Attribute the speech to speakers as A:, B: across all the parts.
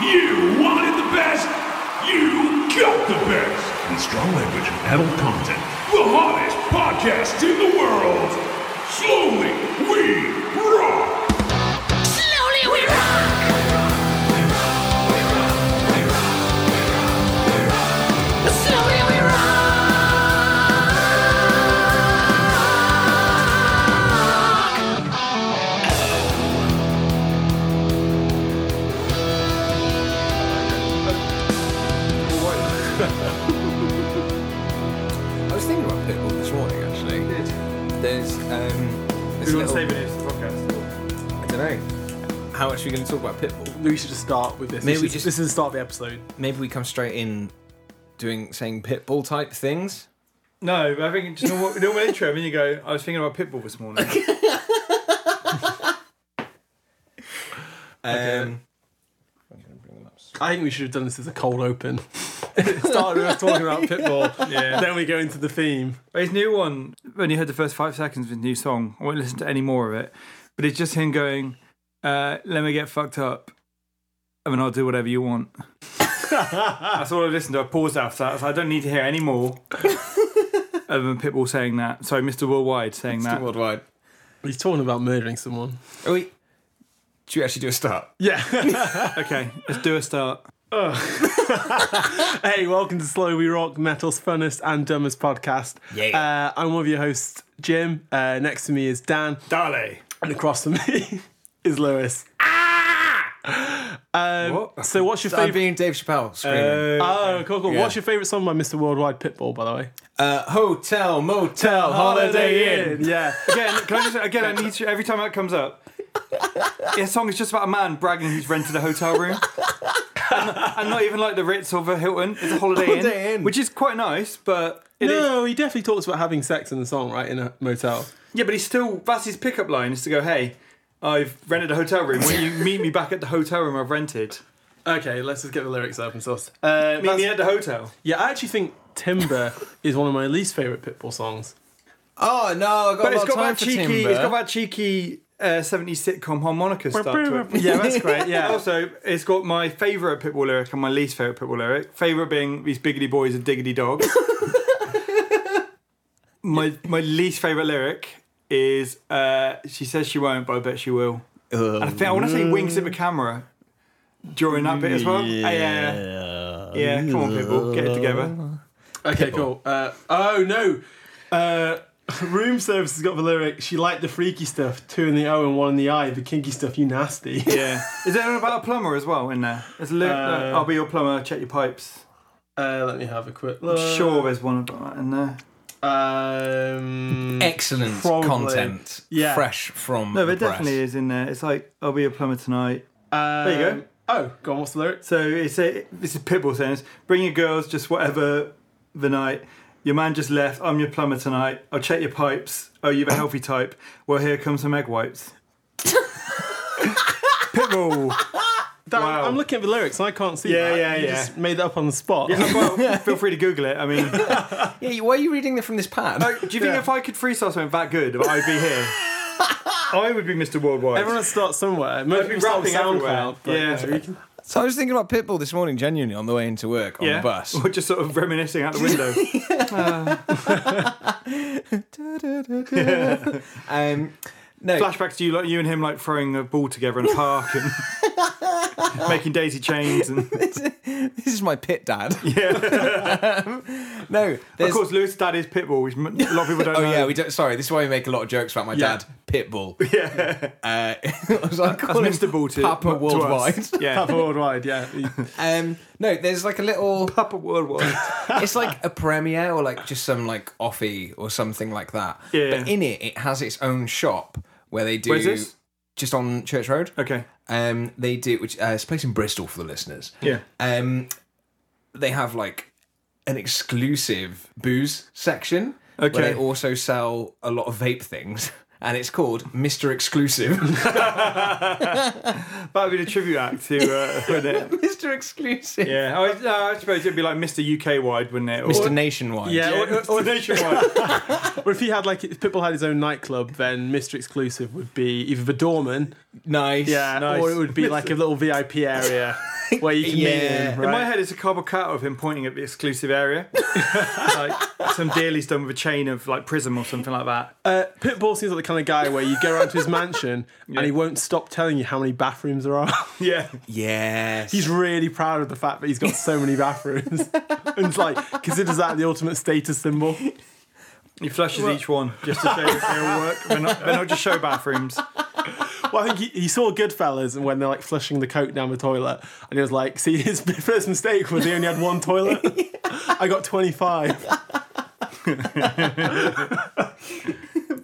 A: You wanted the best. You got the best. In strong language and adult content, the hottest podcast in the world. Slowly, we rock.
B: Slowly we rock! Slowly we rock!
C: I was thinking about Pitbull this morning, actually. There's um, this
D: We
C: little,
D: won't save it as a podcast.
C: I don't know. How much are we going to talk about Pitbull?
D: We should just start with this.
C: Maybe
D: this
C: we
D: is,
C: just-
D: this is the start of the episode.
C: Maybe we come straight in doing saying Pitbull type things.
D: No, but I think just normal, normal intro. And then you go. I was thinking about Pitbull this morning.
C: Um,
E: I think we should have done this as a cold open. Started with us talking about Pitbull,
D: yeah.
E: then we go into the theme.
D: But his new one, when you heard the first five seconds of his new song, I won't listen to any more of it. But it's just him going, uh, "Let me get fucked up, and then I'll do whatever you want." That's all I listened to. I paused after that. I, was like, I don't need to hear any more. Other than Pitbull saying that, sorry, Mr. Worldwide saying that.
C: worldwide.
E: He's talking about murdering someone.
C: Oh, wait. Should we actually do a start?
D: Okay, let's do a start.
E: Hey, welcome to Slow We Rock, Metal's funnest and dumbest podcast.
C: Yeah.
E: Uh, I'm one of your hosts, Jim. Uh, next to me is Dan,
D: Dale.
E: and across from me is Lewis. Um,
D: What?
E: So, what's your
C: I'm
E: favorite?
C: being Dave Chappelle screaming.
D: Uh,
E: Oh, cool, cool.
C: Yeah.
E: What's your favorite song by Mr. Worldwide Pitbull? By the way,
C: Uh, hotel, motel, holiday inn.
E: Yeah.
D: Again, can I just, again, I need to, every time that comes up, his song is just about a man bragging he's rented a hotel room. And, and not even like the Ritz or the Hilton, it's a Holiday,
C: Holiday Inn.
D: Which is quite nice, but it is
E: no, he definitely talks about having sex in the song, right? In a motel.
D: Yeah, but he's still, that's his pickup line is to go, hey, I've rented a hotel room. Will you meet me back at the hotel room I've rented?
E: Okay, let's just get the lyrics up and sauce. Uh,
D: Meet me at the hotel.
E: yeah, I actually think Timber is one of my least favourite Pitbull songs.
C: Oh, no, I got
D: But
C: a lot
D: it's
C: of
D: got
C: time
D: that
C: for
D: cheeky,
C: Timber.
D: it's got that cheeky uh, 70s sitcom harmonica stuff to it.
E: yeah, that's great.
D: Yeah.
E: Yeah.
D: Also, it's got my favourite Pitbull lyric and my least favourite Pitbull lyric. Favourite being these biggity boys and diggity dogs. my my least favourite lyric is uh, she says she won't, but I bet she will. and I think I want to
C: Um.
D: say winks at the camera during that bit as well. Uh, Yeah. yeah. Yeah, come on, Pitbull, get it together.
E: okay, cool. Uh, oh no, uh, room service has got the lyric. She liked the freaky stuff, two in the O and one in the I. The kinky stuff, you nasty.
D: Yeah. Is there one about a plumber as well in there? There's a lyric,
E: Uh,
D: I'll be your plumber, check your pipes.
E: Uh, let me have a quick
D: I'm
E: look.
D: sure there's one about that in there.
E: Um,
C: Excellent
E: Probably.
C: content.
E: Yeah.
C: Fresh from
D: No,
C: the
D: there definitely
C: press.
D: is in there. It's like, I'll be your plumber tonight.
E: there
D: you go.
E: Oh, go on. What's the lyrics?
D: So it's a, this is Pitbull saying this. Bring your girls, just whatever the night. Your man just left. I'm your plumber tonight. I'll check your pipes. Oh, you're a healthy type. Well, here comes some egg whites. Pitbull.
E: Dan,
D: Wow.
E: I'm looking at the lyrics and I can't see.
D: Yeah,
E: that.
D: yeah,
E: you
D: yeah.
E: Just made that up on the spot.
D: Well, feel free to Google it. I mean, do you
C: Yeah, you- why are you reading it from this pad?
D: Oh, think if I could freestyle something that good, I'd be here? I would be Mr. Worldwide.
E: Everyone starts somewhere. Most
D: I'd be
E: people start with
D: rapping everywhere.
E: SoundCloud. but,
D: Yeah.
E: you know, you can-
C: So I was thinking about Pitbull this morning, genuinely, on the way into work on
D: yeah.
C: the bus.
D: Or just sort of reminiscing out the window.
C: Um, no,
D: Flashbacks to you, like you and him, like throwing a ball together in a park and making daisy chains and.
C: this is my pit dad. Yeah. no, there's,
D: Of course, Lewis' dad is Pitbull, which m- a lot of people don't
C: Oh
D: know.
C: yeah, we don't. Sorry, this is why we make a lot of jokes about my
E: Yeah.
C: dad, Pitbull. Yeah. Uh, I was like,
D: That's
C: call him
D: Mr. Bull to,
C: Papa
D: to us.
C: Worldwide.
D: Yeah.
E: Papa Worldwide, yeah.
C: Um, no, there's like a little.
D: Papa Worldwide.
C: It's like a premiere or like just some like offie or something like that.
D: Yeah.
C: But in it, it has its own shop where they do.
D: Where's this?
C: Just on Church Road.
D: Okay.
C: Um, they do, which uh, it's a place in Bristol for the listeners.
D: Yeah.
C: Um, they have like an exclusive booze section.
D: Okay.
C: Where they also sell a lot of vape things, and it's called Mister Exclusive.
D: That would be the tribute act to, uh, wouldn't it?
C: Mister Exclusive.
D: Yeah. I, no, I suppose it'd be like Mr. UK wide, wouldn't it? Or,
C: Mister Nationwide.
E: Yeah,
D: Yeah,
E: Or,
D: or, or nationwide.
E: or if he had like, if Pitbull had his own nightclub, then Mr. Exclusive would be either the doorman
C: nice.
E: Yeah,
D: Nice.
E: or it would be like a little VIP area where you can meet
C: Yeah.
E: him.
C: In
E: Right?
D: In my head, it's a carbocata of him pointing at the exclusive area, like some deal he's done with a chain of like prism or something like that.
E: Uh, Pitbull seems like the kind of guy where you go around to his mansion and he won't stop telling you how many bathrooms there are.
D: yeah,
C: Yes.
E: he's really proud of the fact that he's got so many bathrooms. and it's like, considers that the ultimate status symbol.
D: he flushes each one just to show that they'll work. They're not, they're not just show bathrooms.
E: Well, I think he, he saw Goodfellas and when they're like flushing the coke down the toilet and he was like, see, his first mistake was he only had one toilet. I got 25.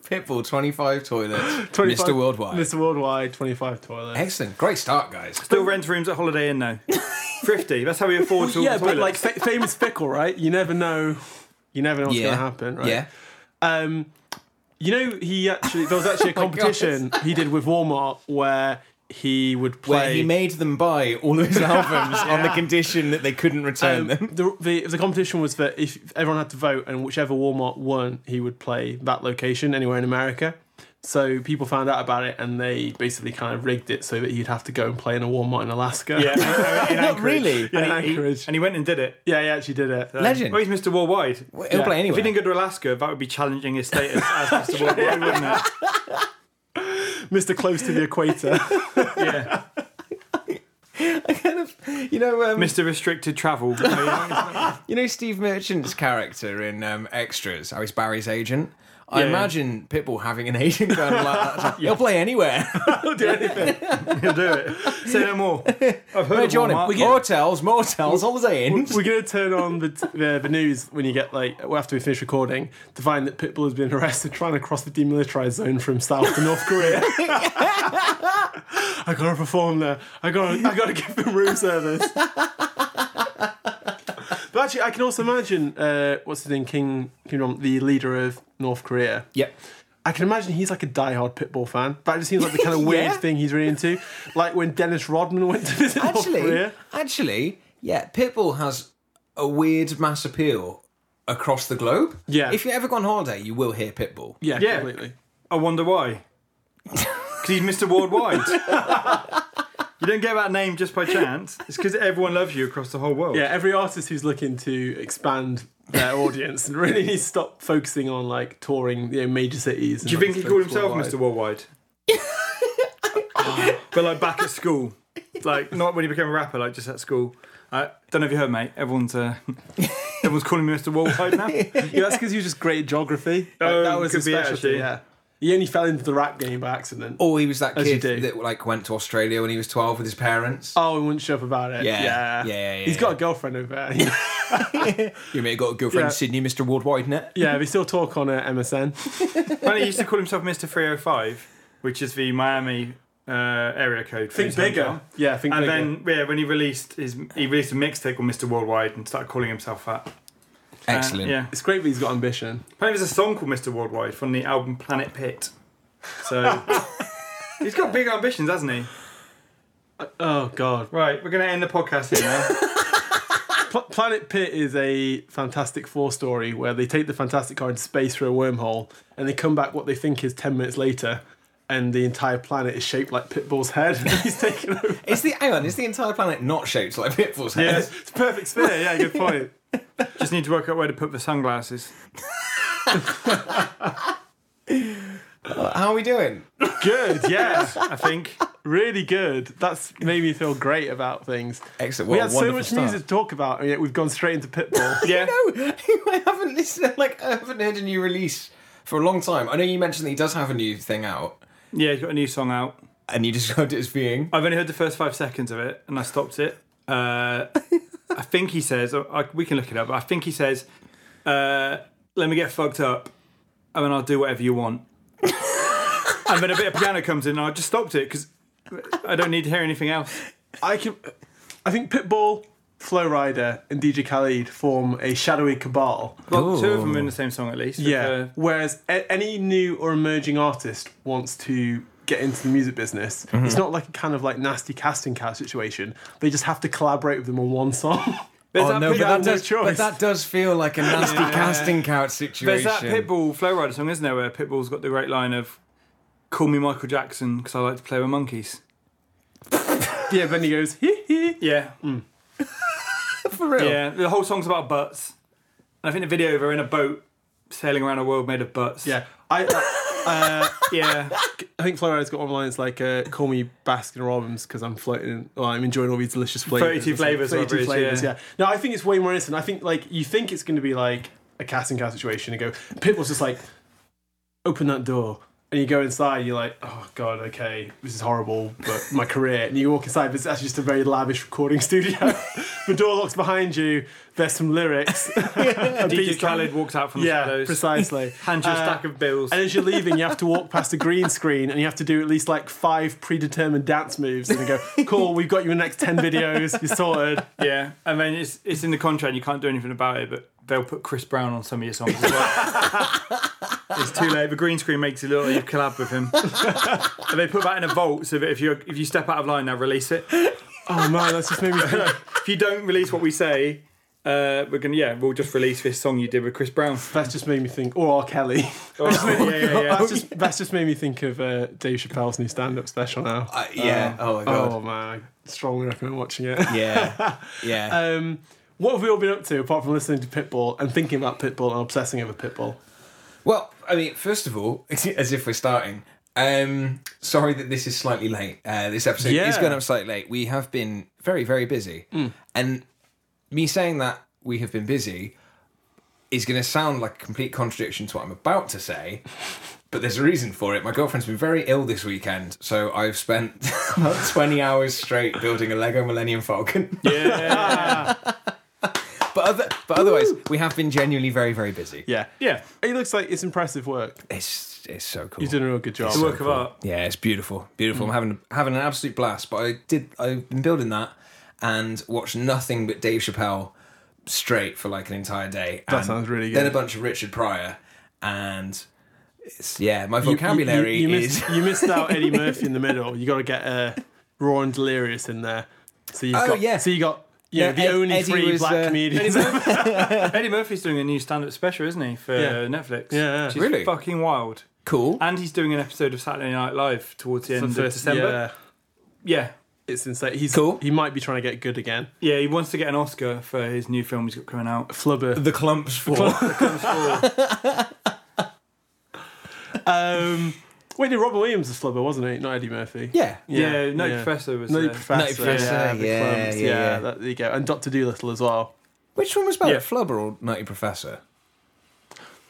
C: Pitbull, 25 toilets.
E: 25
C: Mr. Worldwide.
E: Mr. Worldwide, 25 toilets.
C: Excellent. Great start, guys.
D: Still rents rooms at Holiday Inn now. Thrifty. That's how he affords all
E: yeah,
D: the
E: but
D: toilets.
E: like fa- famous fickle, right? You never know. You never know what's
C: yeah.
E: going to happen, right?
C: Yeah.
E: Um, you know, he actually there was actually a
C: Oh my God.
E: competition he did with Walmart where he would play.
C: Where he made them buy all of his albums on the condition that they couldn't return
E: um,
C: them.
E: the, the the competition was that if everyone had to vote and whichever Walmart won, he would play that location anywhere in America. So people found out about it and they basically kind of rigged it so that he'd have to go and play in a Walmart in Alaska.
D: yeah, in
C: Not
D: Anchorage.
C: really.
E: in
D: And he-
E: Anchorage.
D: and he went and did it.
E: yeah, he actually did it. Um,
C: Legend.
D: Well, he's Mr. Worldwide.
C: He'll
E: yeah.
C: play
D: If
C: anyway.
D: he didn't go to Alaska, that would be challenging his status as Mr. Worldwide, wouldn't it?
E: Mr. Close to the Equator.
D: Yeah.
C: you know, um,
D: Mr. Restricted Travel.
C: you know Steve Merchant's character in um, Extras, how he's Barry's agent. I
D: Yeah.
C: imagine Pitbull having an agent kind of like that. He'll play anywhere.
E: Don't do anything.
D: He'll do it. Say no more. I've heard
C: Where
D: of
C: do you want him?
D: Walmart.
C: Hotels, motels, holiday inns.
E: We're going to turn on the, the the news when you get like well, after we finish recording to find that Pitbull has been arrested trying to cross the demilitarized zone from South to North Korea. I gotta perform there. I gotta I gotta give them room service. but actually, I can also imagine uh, what's his name, King Kim Jong, the leader of North Korea.
C: Yep.
E: I can imagine he's like a diehard Pitbull fan. That just seems like the kind of weird
C: Yeah.
E: thing he's really into. Like when Dennis Rodman went to visit North
C: Actually,
E: Korea.
C: actually, yeah, Pitbull has a weird mass appeal across the globe.
E: Yeah.
C: If you ever go on holiday, you will hear Pitbull.
E: Yeah,
D: Yeah.
E: completely.
D: I wonder why. Because he's Mr. Worldwide. you don't get that name just by chance. It's because everyone loves you across the whole world.
E: Yeah, every artist who's looking to expand their audience and really needs to stop focusing on like touring you know, major cities.
D: Do you think he called himself Mr. Worldwide? but like back at school, like not when he became a rapper, like just at school. I don't know if you heard, mate. Everyone's uh, everyone's calling me Mr. Worldwide now.
E: Yeah, that's because he was just great at geography. Like,
D: Oh,
E: that was
D: could
E: his
D: be,
E: specialty.
D: actually.
E: Yeah, he only fell into the rap game by accident.
C: Or Oh, he was that
E: As you
C: kid
E: do.
C: that like went to Australia when he was twelve with his parents.
E: Oh, he wouldn't show up about it.
C: Yeah.
E: yeah,
C: Yeah, yeah, yeah,
E: He's got a
C: yeah.
E: girlfriend over there.
C: You may have got a girlfriend,
E: Yeah.
C: Sydney, Mr. Worldwide net.
E: yeah, they still talk on uh, MSN.
D: Apparently, he used to call himself Mr. 305, which is the Miami uh, area code. for his hometown.
E: Yeah, think
D: And
E: bigger.
D: then yeah, when he released his he released a mixtape called Mr. Worldwide and started calling himself that. Uh,
C: Excellent.
D: yeah.
E: it's great that he's got ambition.
D: Apparently there's a song called Mr. Worldwide from the album Planet Pit. So he's got big ambitions, hasn't he?
E: Oh God,
D: Right, we're gonna end the podcast here now.
E: Pl- Planet Pit is a Fantastic Four story where they take the Fantastic Car in space through a wormhole and they come back what they think is 10 minutes later and the entire planet is shaped like Pitbull's head. He's taken over.
C: Is the hang on, is the entire planet not shaped like Pitbull's head?
D: Yeah.
E: It's a perfect sphere, yeah, good point.
D: Just need to work out where to put the sunglasses.
C: How are we doing?
E: Good, yeah.
D: I think.
E: Really good. That's made me feel great about things.
C: Excellent.
E: We
C: What a
E: had so
C: wonderful
E: much
C: start.
E: music to talk about, and yet we've gone straight into Pitbull.
D: Yeah.
C: No, I haven't listened like I haven't heard a new release for a long time. I know you mentioned that he does have a new thing out.
D: Yeah, he's got a new song out.
C: And you described it as being
D: I've only heard the first five seconds of it, and I stopped it. Uh, I think he says, I, I- we can look it up, but I think he says, uh, let me get fucked up, and then I'll do whatever you want. and then a bit of piano comes in, and I just stopped it because I don't need to hear anything else.
E: I can. I think Pitbull, Flow Rider, and DJ Khaled form a shadowy cabal.
D: Well, two of them are in the same song at least. with,
E: Yeah.
D: uh,
E: Whereas a- any new or emerging artist wants to get into the music business,
C: Mm-hmm.
E: it's not like a kind of like nasty casting couch situation. They just have to collaborate with them on one song.
D: there's
C: Oh
D: that
C: no, but
D: Pitbull-
C: that,
E: no
C: does,
E: choice.
C: but that does feel like a nasty casting couch situation.
D: There's that Pitbull Flow Rider song, isn't there, where Pitbull's got the great line of "Call me Michael Jackson because I like to play with monkeys."
E: Yeah, then he goes, hee hee.
D: Yeah,
E: Hmm.
C: For real?
D: yeah. The whole song's about butts, and I think the video they're in a boat sailing around a world made of butts.
E: Yeah. I, I, uh,
D: yeah.
E: I think Florida's got one line. It's like, uh, "Call me Baskin Robbins because I'm floating. Well, I'm enjoying all these delicious flavors."
D: 32
E: It's like
D: flavours, whatever it is, yeah.
E: No, I think it's way more innocent. I think like you think it's going to be like a cat and cat situation, and go Pitbull's just like, "Open that door," and you go inside. And you're like, "Oh God, okay, this is horrible, but my career." And you walk inside, but it's actually just a very lavish recording studio. the door locks behind you. There's some lyrics. A
D: DJ
E: beat's like-
D: Khaled walks out from the
E: Yeah,
D: shadows.
E: precisely.
D: Hands you a
E: Uh,
D: stack of bills.
E: and as you're leaving, you have to walk past a green screen and you have to do at least like five predetermined dance moves. And they go, cool, we've got you in the next 10 videos, you're sorted.
D: Yeah, and then it's it's in the contract. You can't do anything about it, but they'll put Chris Brown on some of your songs as well. it's too late. The green screen makes it look like you collab with him, and they put that in a vault so that if you if you step out of line, they'll release it.
E: Oh man, that's just made me think.
D: If you don't release what we say, uh, we're gonna yeah, we'll just release this song you did with Chris Brown.
E: That's just made me think. Or R. Kelly.
D: Or- yeah, yeah, Oh, yeah.
E: That's just, that's just made me think of uh, Dave Chappelle's new stand up special now.
C: Uh, yeah. oh my god.
E: Oh man, I strongly recommend watching it.
C: Yeah. Yeah.
E: Um, what have we all been up to apart from listening to Pitbull and thinking about Pitbull and obsessing over Pitbull?
C: Well, I mean, first of all, as if we're starting, um, sorry that this is slightly late. Uh, this episode is
E: Yeah. Mm.
C: going up slightly late. We have been very, very busy. And me saying that we have been busy is going to sound like a complete contradiction to what I'm about to say. But there's a reason for it. My girlfriend's been very ill this weekend, so I've spent about 20 hours straight building a Lego Millennium Falcon. but, other, but otherwise, we have been genuinely very, very busy.
E: Yeah.
D: yeah.
E: It looks like it's impressive work.
C: It's, it's so cool.
E: He's doing a real good job.
D: It's a work of art.
C: Yeah, it's beautiful, beautiful. I'm
E: Hmm.
C: having having an absolute blast. But I did. I've been building that and watched nothing but Dave Chappelle straight for like an entire day. That
E: sounds really
C: Then a
E: good.
C: bunch of Richard Pryor, and it's yeah, my
E: You-
C: vocabulary
E: You, you,
C: is
E: missed, you missed out Eddie Murphy in the middle. You got to get uh, raw and delirious in there. So you
C: Oh,
E: got
C: yeah.
E: so you got you
C: Yeah,
E: know, the
C: Ed-
E: only
C: Eddie
E: three
C: was,
E: black
C: uh,
E: comedians.
D: Eddie Murphy's doing a new stand-up special, isn't he, for
E: Yeah.
D: Netflix?
E: Yeah.
D: which is
C: Really?
D: fucking wild.
C: cool.
E: Ah,
D: And he's doing an episode of Saturday Night Live towards the end of December.
E: Yeah,
D: yeah.
E: it's insane. He's
C: Cool.
E: He might be trying to get good again.
D: Yeah, he wants to get an Oscar for his new film he's got coming out.
E: Flubber.
C: the clumps for
E: Um, wait, no, Robin Williams was Flubber, wasn't he? Not Eddie Murphy.
C: yeah.
D: Yeah, No Professor was
E: No
D: there.
E: professor,
C: No Professor,
E: the
C: yeah,
E: clumps,
C: yeah, yeah.
E: that- there you go, and Doctor Doolittle as well.
C: Which one was better,
D: Yeah.
C: Flubber or Nutty Professor?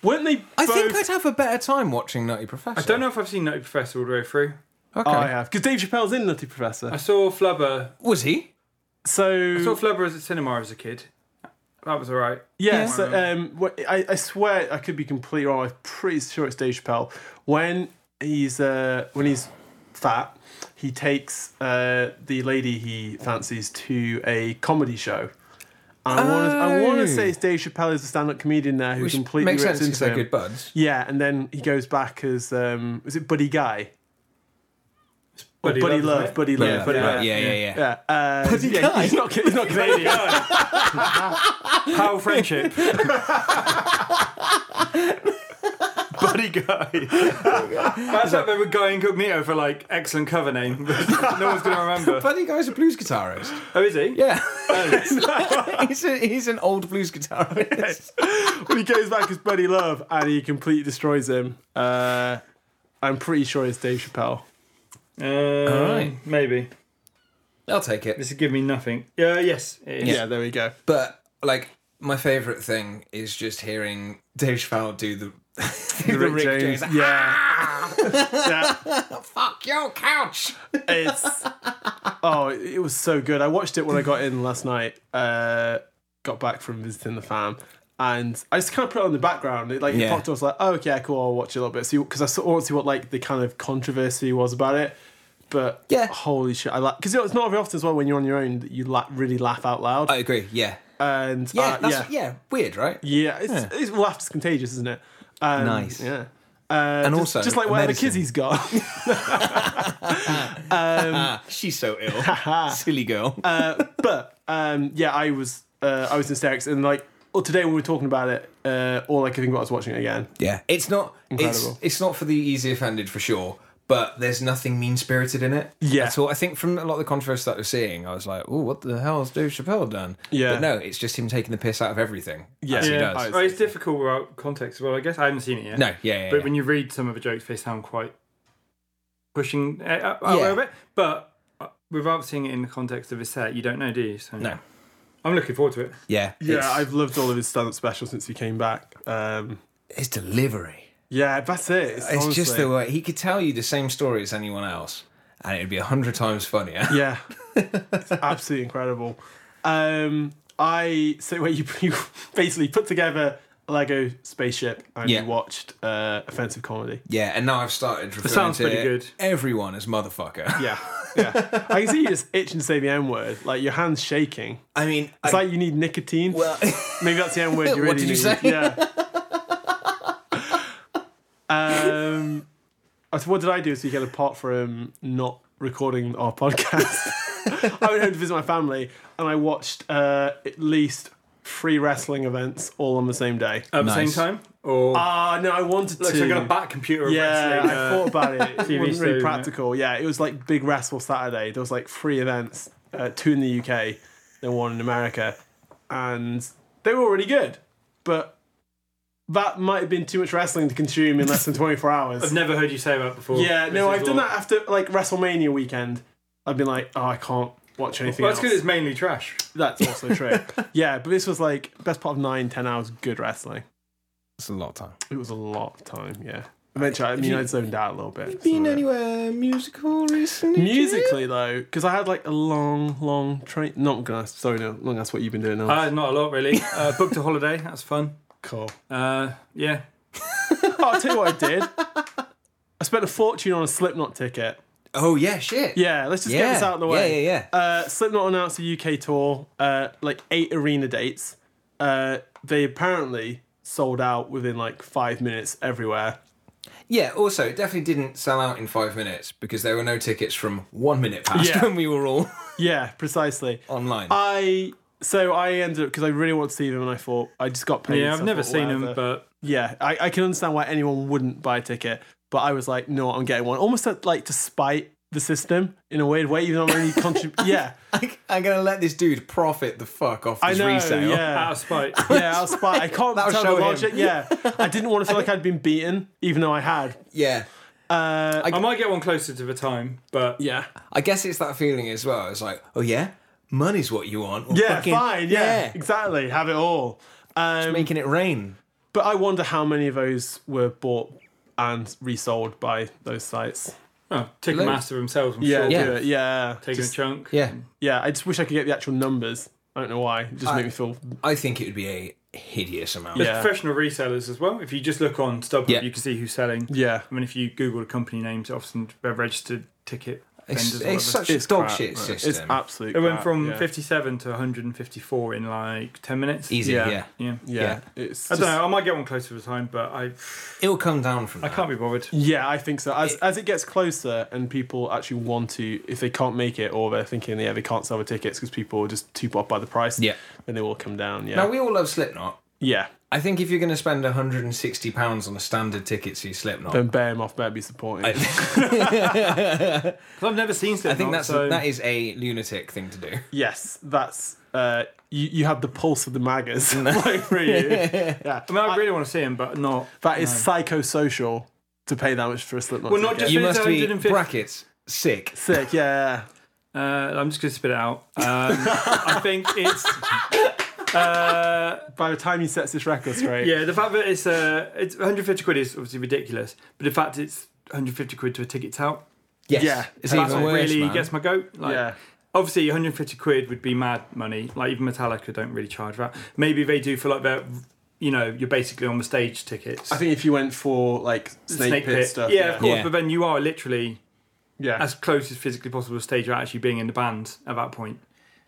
E: Weren't they? Both...
C: I think I'd have a better time watching Nutty Professor.
D: I don't know if I've seen Nutty Professor all the way through.
C: Okay.
E: Oh, I have because Dave Chappelle's in Nutty Professor.
D: I saw Flubber.
C: Was he?
E: So
D: I saw Flubber as a cinema as a kid. That was alright.
E: Yeah, so, um, wh- I, I swear I could be completely wrong. I'm pretty sure it's Dave Chappelle. When he's uh, when he's fat, he takes uh, the lady he fancies to a comedy show. And I want to I want
C: Oh.
E: to say it's Dave Chappelle is a stand-up comedian there who
C: Which
E: completely
C: makes
E: rips
C: sense because
E: into
C: they're
E: him.
C: good buds.
E: Yeah, and then he goes back as um, was it Buddy Guy? Or
D: Buddy
E: Buddy
D: Love,
E: Love,
D: isn't it?
E: Buddy Love, Buddy
C: yeah,
E: Love.
C: yeah, yeah, yeah.
E: Yeah, uh, yeah,
C: Guy.
E: He's not, he's not Canadian.
D: How friendship. Buddy guy. That's like they were Guy Incognito for like excellent cover name. no one's gonna remember.
C: Buddy Guy's a blues guitarist.
D: Oh, is he?
C: Yeah. he's, a, he's an old blues guitarist.
E: when he goes back as Buddy Love and he completely destroys him. Uh, I'm pretty sure it's Dave Chappelle.
D: Uh,
C: Alright.
D: Maybe.
C: I'll take it.
D: This would give me nothing. Yeah. yes. It is.
E: Yeah, there we go.
C: But like my favorite thing is just hearing Dave Chappelle do the, do the Rick, James. Ah,
E: Yeah,
C: Fuck your couch.
E: it's oh, it it was so good. I watched it when I got in last night. Uh, got back from visiting the fam. And I just kind of put it on the background. It like it
C: Yeah.
E: popped up. I was like, oh, okay, cool. I'll watch it a little bit. See, because I sort of want to see what like the kind of controversy was about it. But
C: Yeah.
E: holy shit, I like because it's not very often as well when you're on your own that you la- really laugh out loud.
C: I agree. Yeah.
E: and
C: Yeah.
E: uh,
C: that's, yeah. Weird, right?
E: Yeah, it's, it's well, laughter's contagious, isn't it? Um,
C: Nice.
E: Yeah. Uh, and
C: also,
E: just like
C: a
E: whatever
C: medicine.
E: kids he's got.
C: She's so ill. Silly girl.
E: uh, but um, yeah, I was uh, I was in hysterics, and like well, today when we were talking about it, uh, all I could think about was watching it again.
C: yeah. It's not. It's
E: Incredible.
C: it's not for the easy offended for sure. but there's nothing mean spirited in it.
E: Yeah.
C: So I think from a lot of the controversy that I was seeing, I was like, oh, what the hell has Dave Chappelle done?
E: Yeah.
C: But no, it's just him taking the piss out of everything. Uh,
E: Yeah.
C: As he
E: Yeah.
C: does.
E: I-
D: Well, it's difficult without context. Well, I guess I haven't seen it yet.
C: No, yeah, yeah,
D: but
C: yeah.
D: when you read some of the jokes, they sound quite pushing uh, uh, out
C: Yeah.
D: of it. But uh, without seeing it in the context of a set, you don't know, do you? So,
C: No.
D: I'm looking forward to it.
C: Yeah.
E: Yeah,
C: It's-
E: I've loved all of his stand-up specials since he came back. Um,
C: his delivery.
E: yeah, that's it. It's,
C: It's just
E: honestly-
C: the way he could tell you the same story as anyone else, and it'd be a hundred times funnier.
E: Yeah, it's absolutely incredible. Um, I so where you, you basically put together a Lego spaceship and
C: Yeah.
E: you watched uh, offensive comedy.
C: Yeah, and now I've started referring
D: sounds
C: to
D: pretty good.
C: everyone as motherfucker.
E: Yeah, yeah. I can see you just itching to say the N word. Like your hands shaking.
C: I mean,
E: It's
C: I-
E: like you need nicotine.
C: well,
E: Maybe that's the N word you really
C: What did you say?
E: need. Yeah. um, I said, what did I do this weekend apart from not recording our podcast? I went home to visit my family and I watched uh, at least three wrestling events all on the same day.
C: Oh.
D: At the same
C: Nice.
D: time, or
E: Ah, no, I wanted
D: Look,
E: to.
D: so I got a back computer.
E: yeah,
D: wrestling,
E: I
D: uh,
E: thought about it. It
D: TV
E: wasn't
D: show,
E: really
D: yeah.
E: practical. Yeah, it was like big wrestle Saturday. There was like three events, uh, two in the UK, then one in America, and they were already good. But that might have been too much wrestling to consume in less than 24
D: I've
E: hours.
D: never heard you say that before.
E: Yeah, no,
D: This
E: I've
D: is
E: done
D: all-
E: that after like WrestleMania weekend. I've been like, oh, I can't watch anything
D: Well,
E: else.
D: that's because it's mainly trash.
E: That's also true. yeah, but this was like best part of nine, ten hours of good wrestling.
C: it's a lot of time.
E: It was a lot of time. Yeah. Eventually, I mean, I zoned out a little bit.
C: Been
E: so- uh,
C: anywhere musical recently?
E: Musically though, because I had like a long, long train. Not gonna. Sorry, no. Long. That's what you've been doing now.
D: Uh, not a lot, really. Uh, booked a holiday. That's fun.
E: cool.
D: Uh, yeah.
E: Oh, I'll tell you what I did. I spent a fortune on a Slipknot ticket.
C: Oh yeah, shit.
E: Yeah, let's just get this out of the way.
C: Yeah, yeah, yeah.
E: Uh, Slipknot announced a UK tour, uh, like eight arena dates. Uh, they apparently sold out within like five minutes everywhere.
C: yeah. Also, it definitely didn't sell out in five minutes because there were no tickets from one minute past
E: Yeah.
C: when we were all
E: Yeah, precisely.
C: online.
E: I so I ended up because I really wanted to see them, and I thought I just got paid.
D: Yeah,
E: so
D: I've
E: I
D: never
E: thought,
D: seen them,
E: whatever.
D: but
E: Yeah, I, I can understand why anyone wouldn't buy a ticket, but I was like, no, I'm getting one. Almost at, like to spite the system in a weird way, even though I'm only contributing. Yeah,
C: I, am gonna let this dude profit the fuck off
E: I
C: this
E: know.
C: resale.
E: Yeah.
D: out of spite.
E: yeah, I'll spite. I can't
C: That'll
E: tell
C: show
E: the
C: him.
E: logic. Yeah, I didn't want to feel like I'd been beaten, even though I had.
C: Yeah.
E: Uh,
D: I might get one closer to the time, but
E: yeah,
C: I guess it's that feeling as well. It's like, oh yeah, money's what you want. Well,
E: yeah,
C: fucking-
E: fine. Yeah, Um, exactly. Have it all. Um,
C: making it rain.
E: but I wonder how many of those were bought and resold by those sites.
D: oh, Ticketmaster themselves, I'm sure.
E: yeah,
C: Yeah.
E: do it, yeah.
D: Taking
E: Just-
D: a chunk.
C: Yeah.
E: yeah, I just wish I could get the actual numbers. I don't know why. It just make me feel
C: I think it would be a hideous amount.
E: Yeah.
D: Professional resellers as well. If you just look on StubHub,
C: Yeah.
D: you can see who's selling.
E: yeah.
D: I mean, if you Google the company names, often they're registered ticket
C: It's,
D: vendors. or
C: it's
D: whatever.
C: such a dog shit system.
E: It's absolute.
D: It went
E: crap,
D: from
E: yeah.
D: 57 to 154 in like 10 minutes.
C: Easy,
E: Yeah.
C: yeah.
D: Yeah.
E: Yeah,
C: Yeah.
E: it's.
D: I
E: just-
D: don't know. I might get one closer to the time, but I
C: It'll come down from
D: I
C: that.
D: can't be bothered.
E: Yeah, I think so. As as it gets closer and people actually want to, if they can't make it or they're thinking, yeah, they can't sell the tickets because people are just too bought by the price.
C: Yeah.
E: then they will come down. Yeah,
C: Now we all love Slipknot.
E: yeah.
C: I think if you're going to spend 160 pounds on a standard ticket to Slipknot,
E: Then bear them off. Better be supporting.
C: I-
D: 'Cause I've never seen
C: I
D: Slipknot.
C: think that's
D: so
C: that is a lunatic thing to do.
E: yes, that's. Uh, you, you have the pulse of the maggers like for you. Yeah,
D: I mean, I really want to see him, but not.
E: that is psychosocial to pay that much for a Slipknot.
D: Well, not just
E: ticket.
C: You
D: But it's
C: must be
D: 150
C: brackets sick.
E: sick. Yeah,
D: Uh, I'm just going to spit it out. Um, I think it's. Uh,
E: by the time he sets this record straight.
D: Yeah, the fact that it's uh, it's 150 quid is obviously ridiculous, but the fact it's 150 quid to a ticket's out,
C: Yes,
E: Yeah,
C: it's
E: that's
C: even
D: that's what
C: worse,
D: really
C: man.
D: gets my goat. Like,
E: Yeah.
D: Obviously, 150 quid would be mad money. Like even Metallica don't really charge that. Maybe they do for like their, you know, you're basically on the stage tickets.
E: I think if you went for like snake, pit, stuff,
D: yeah, of course.
C: Yeah.
D: But then you are literally
E: yeah,
D: as close as physically possible to stage. You're actually being in the band at that point.